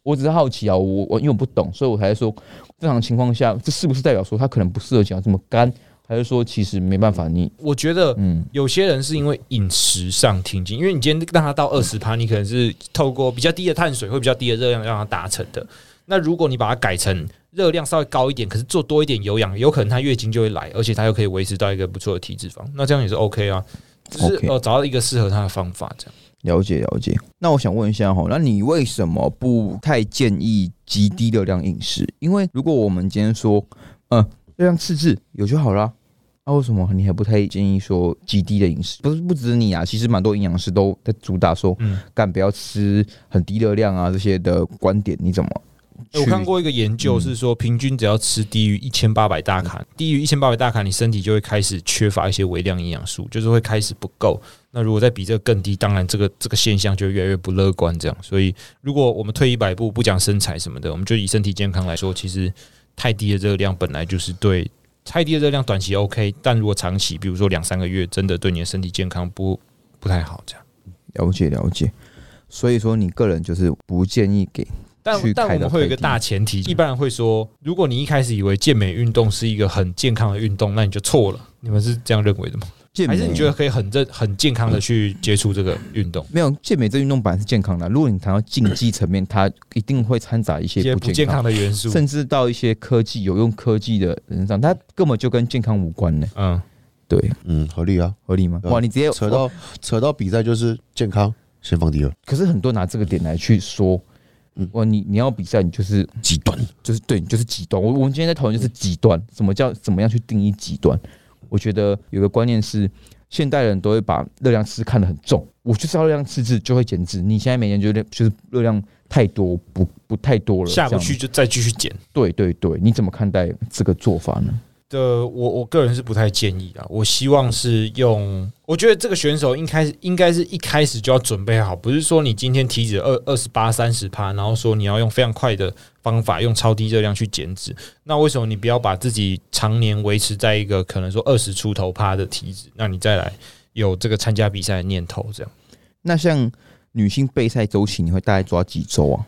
Speaker 1: 我只是好奇啊，我我因为我不懂，所以我才说，正常情况下，这是不是代表说她可能不适合讲这么干，还是说其实没办法你？
Speaker 3: 我觉得
Speaker 1: 嗯，
Speaker 3: 有些人是因为饮食上停经，因为你今天让他到二十趴，你可能是透过比较低的碳水或比较低的热量让他达成的。那如果你把它改成热量稍微高一点，可是做多一点有氧，有可能他月经就会来，而且他又可以维持到一个不错的体脂肪，那这样也是 OK 啊。只是
Speaker 1: OK
Speaker 3: 呃找到一个适合他的方法，这样。
Speaker 1: 了解了解。那我想问一下哈，那你为什么不太建议极低热量饮食？因为如果我们今天说，嗯、热量赤字有就好啦。那、为什么你还不太建议说极低的饮食？不是不止你啊，其实蛮多营养师都在主打说，
Speaker 3: 嗯，
Speaker 1: 干不要吃很低热量啊这些的观点，你怎么去？
Speaker 3: 哎我看过一个研究是说，平均只要吃低于一千八百大卡，低于一千八百大卡，你身体就会开始缺乏一些微量营养素，就是会开始不够。那如果再比这个更低，当然这个这个现象就越来越不乐观。这样，所以如果我们退一百步，不讲身材什么的，我们就以身体健康来说，其实太低的热量本来就是对太低的热量短期 OK，但如果长期，比如说两三个月，真的对你的身体健康不不太好。这样。
Speaker 1: 了解了解。所以说，你个人就是不建议给
Speaker 3: 但
Speaker 1: 去
Speaker 3: 但
Speaker 1: 开
Speaker 3: 我们
Speaker 1: 到
Speaker 3: 会有
Speaker 1: 太
Speaker 3: 一个
Speaker 1: 低
Speaker 3: 大前提，
Speaker 1: 嗯
Speaker 3: 一般人会说，如果你一开始以为健美运动是一个很健康的运动，那你就错了。你们是这样认为的吗？
Speaker 1: 健美，
Speaker 3: 还是你觉得可以很正、很健康的去接触这个运动？
Speaker 1: 没有健美这运动本来是健康的啊，如果你谈到竞技层面，它一定会掺杂一
Speaker 3: 一些
Speaker 1: 些
Speaker 3: 不
Speaker 1: 不
Speaker 3: 健
Speaker 1: 健康
Speaker 3: 康的元素，
Speaker 1: 甚至到一些科技有用科技的人上，它根本就跟健康无关呢。
Speaker 3: 嗯，
Speaker 1: 对，
Speaker 2: 嗯，合理啊。
Speaker 1: 合理吗？
Speaker 2: 对啊
Speaker 1: 哇，你直接
Speaker 2: 扯到扯到比赛就是健康，先放第二，
Speaker 1: 可是很多拿这个点来去说
Speaker 2: 嗯，
Speaker 1: 哇，你你要比赛，你就是
Speaker 2: 极端。
Speaker 3: 嗯
Speaker 1: 就是对，你就是极端。我我们今天在讨论就是极端，什么叫怎么样去定义极端？我觉得有个观念是，现代人都会把热量吃看得很重，我就是要热量赤字就会减脂。你现在每天就热就是热量太多，不不太多了，
Speaker 3: 下不
Speaker 1: 这样
Speaker 3: 去。就再继续减。
Speaker 1: 对对对，你怎么看待这个做法呢？
Speaker 3: 的我我个人是不太建议啊，我希望是用，我觉得这个选手应该是应该是一开始就要准备好，不是说你今天体脂二二十八三十趴，然后说你要用非常快的方法，用超低热量去减脂，那为什么你不要把自己常年维持在一个可能说二十出头趴的体脂，那你再来有这个参加比赛的念头，这样
Speaker 1: 那像女性备赛周期，你会大概抓几周啊？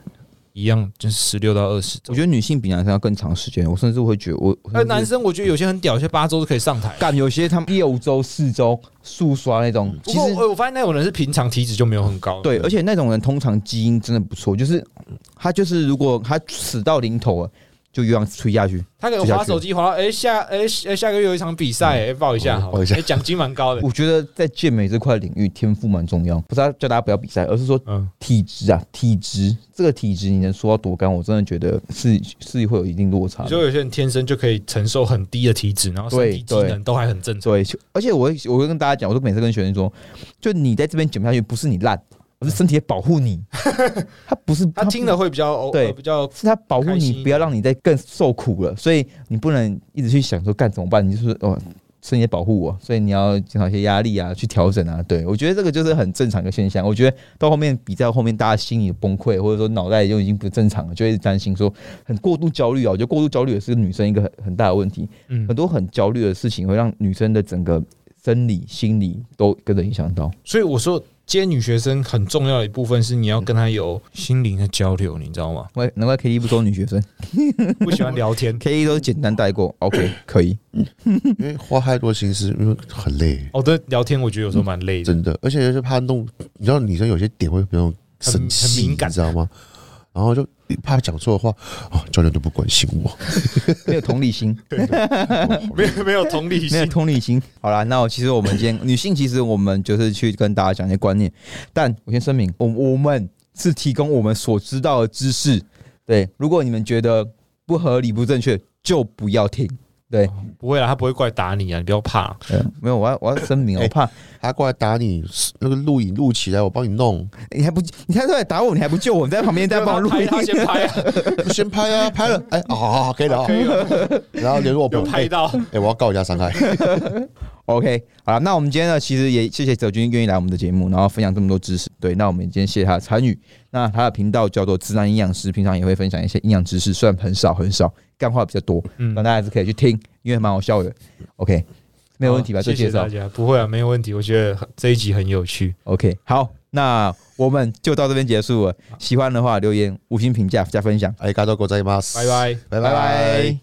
Speaker 3: 一样就是十六到二十。
Speaker 1: 我觉得女性比男生要更长时间，我甚至会觉得我，我
Speaker 3: 那男生我觉得有些很屌，有些八周就可以上台。
Speaker 1: 干有些他们六周、四周速刷那种，
Speaker 3: 嗯不
Speaker 1: 其
Speaker 3: 过呃嗯
Speaker 1: 实
Speaker 3: 我我发现那种人是平常体脂就没有很高，
Speaker 1: 对，而且那种人通常基因真的不错，就是他就是如果他死到临头了，就又让吹下去。
Speaker 3: 他可能滑手机滑到，哎、下哎、下下个月有一场比赛，哎、报一下好了，
Speaker 2: 报一下
Speaker 3: 哎，奖、金蛮高的，
Speaker 1: 我觉得在健美这块领域，天赋蛮重要，不是要叫大家不要比赛，而是说
Speaker 3: 嗯，
Speaker 1: 体质啊，体质这个体质你能说到多干，我真的觉得是是会有一定落差
Speaker 3: 你
Speaker 1: 的。
Speaker 3: 说有些人天生就可以承受很低的体脂，然后身体机
Speaker 1: 对
Speaker 3: 能
Speaker 1: 对
Speaker 3: 都还很正常，
Speaker 1: 对，就而且我会我会跟大家讲，我都每次跟学生说，就你在这边减不下去，不是你烂，而是身体在保护 你。他不是
Speaker 3: 他听了会比较哦
Speaker 1: 对
Speaker 3: 呃比较
Speaker 1: 是他保护
Speaker 3: 开心一
Speaker 1: 你，
Speaker 3: 点
Speaker 1: 不要让你再更受苦了。所以你不能一直去想说干怎么办，你就是哦，身体在保护我，所以你要减少一些压力啊，去调整啊。对我觉得这个就是很正常的现象。我觉得到后面比赛后面，大家心里崩溃，或者说脑袋就已经不正常了，就会担心说很过度焦虑啊。我觉得过度焦虑也是女生一个很很大的问题。
Speaker 3: 嗯
Speaker 1: 很，多很焦虑的事情会让女生的整个生理、心理都跟着影响到。？
Speaker 3: 所以我说接女学生很重要的一部分是你要跟她有心灵的交流，你知道吗
Speaker 1: 难怪难怪 K D 不收女学 生
Speaker 3: 不喜欢 聊天
Speaker 1: ，K D 都是简单带过。OK，可以。
Speaker 2: 因为花太多心思，因为很累，
Speaker 3: 哦，对，聊天我觉得有时候蛮累的，
Speaker 2: 真的，而且就是怕弄，你知道女生有些点会比较生
Speaker 3: 很
Speaker 2: 气，
Speaker 3: 敏感
Speaker 2: 你知道吗？然后就怕讲错话，哦，教练都不关心我，
Speaker 1: 没有同理心。
Speaker 3: 没有没有同理
Speaker 1: 没有
Speaker 3: 心，
Speaker 1: 同理心。好啦，那我其实我们今 天女性，其实我们就是去跟大家讲一些观念，但我先声明，我我们是提供我们所知道的知识。对，如果你们觉得不合理、不正确，就不要听。对，
Speaker 3: 不会啦，他不会过来打你啊，你不要怕。
Speaker 1: 呃没有，我要我要声 明，
Speaker 2: 哎
Speaker 1: 我怕
Speaker 2: 他过来打你，那个录影录起来，我帮你弄，
Speaker 1: 你还不，你还出来打我，你还不救我，你在旁边在帮我录
Speaker 3: 他拍
Speaker 1: 音，
Speaker 3: 他先拍啊，
Speaker 2: 先拍啊， 拍了，哎，好好好，可以了啊，
Speaker 3: 可以了，
Speaker 2: 然后联络我朋
Speaker 3: 有
Speaker 2: 友，
Speaker 3: 拍
Speaker 2: 哎，
Speaker 3: 到。
Speaker 2: 哎我要告一下伤害，
Speaker 1: OK，好了，那我们今天呢，其实也谢谢泽君愿意来我们的节目，然后分享这么多知识。对，那我们今天谢谢他的参与。那他的频道叫做“自然营养师”，平常也会分享一些营养知识，虽然很少很少，干话比较多，
Speaker 3: 嗯
Speaker 1: 但大家还是可以去听，因为蛮好笑的。OK，没有问题吧？
Speaker 3: 好
Speaker 1: 这
Speaker 3: 谢谢
Speaker 1: 介绍
Speaker 3: 大家，不会啊，没有问题。我觉得很这一集很有趣。
Speaker 1: OK，好，那我们就到这边结束了。喜欢的话留言、五星评价加分享，
Speaker 2: 哎，大家都ございます，
Speaker 3: 拜拜。
Speaker 2: 拜拜。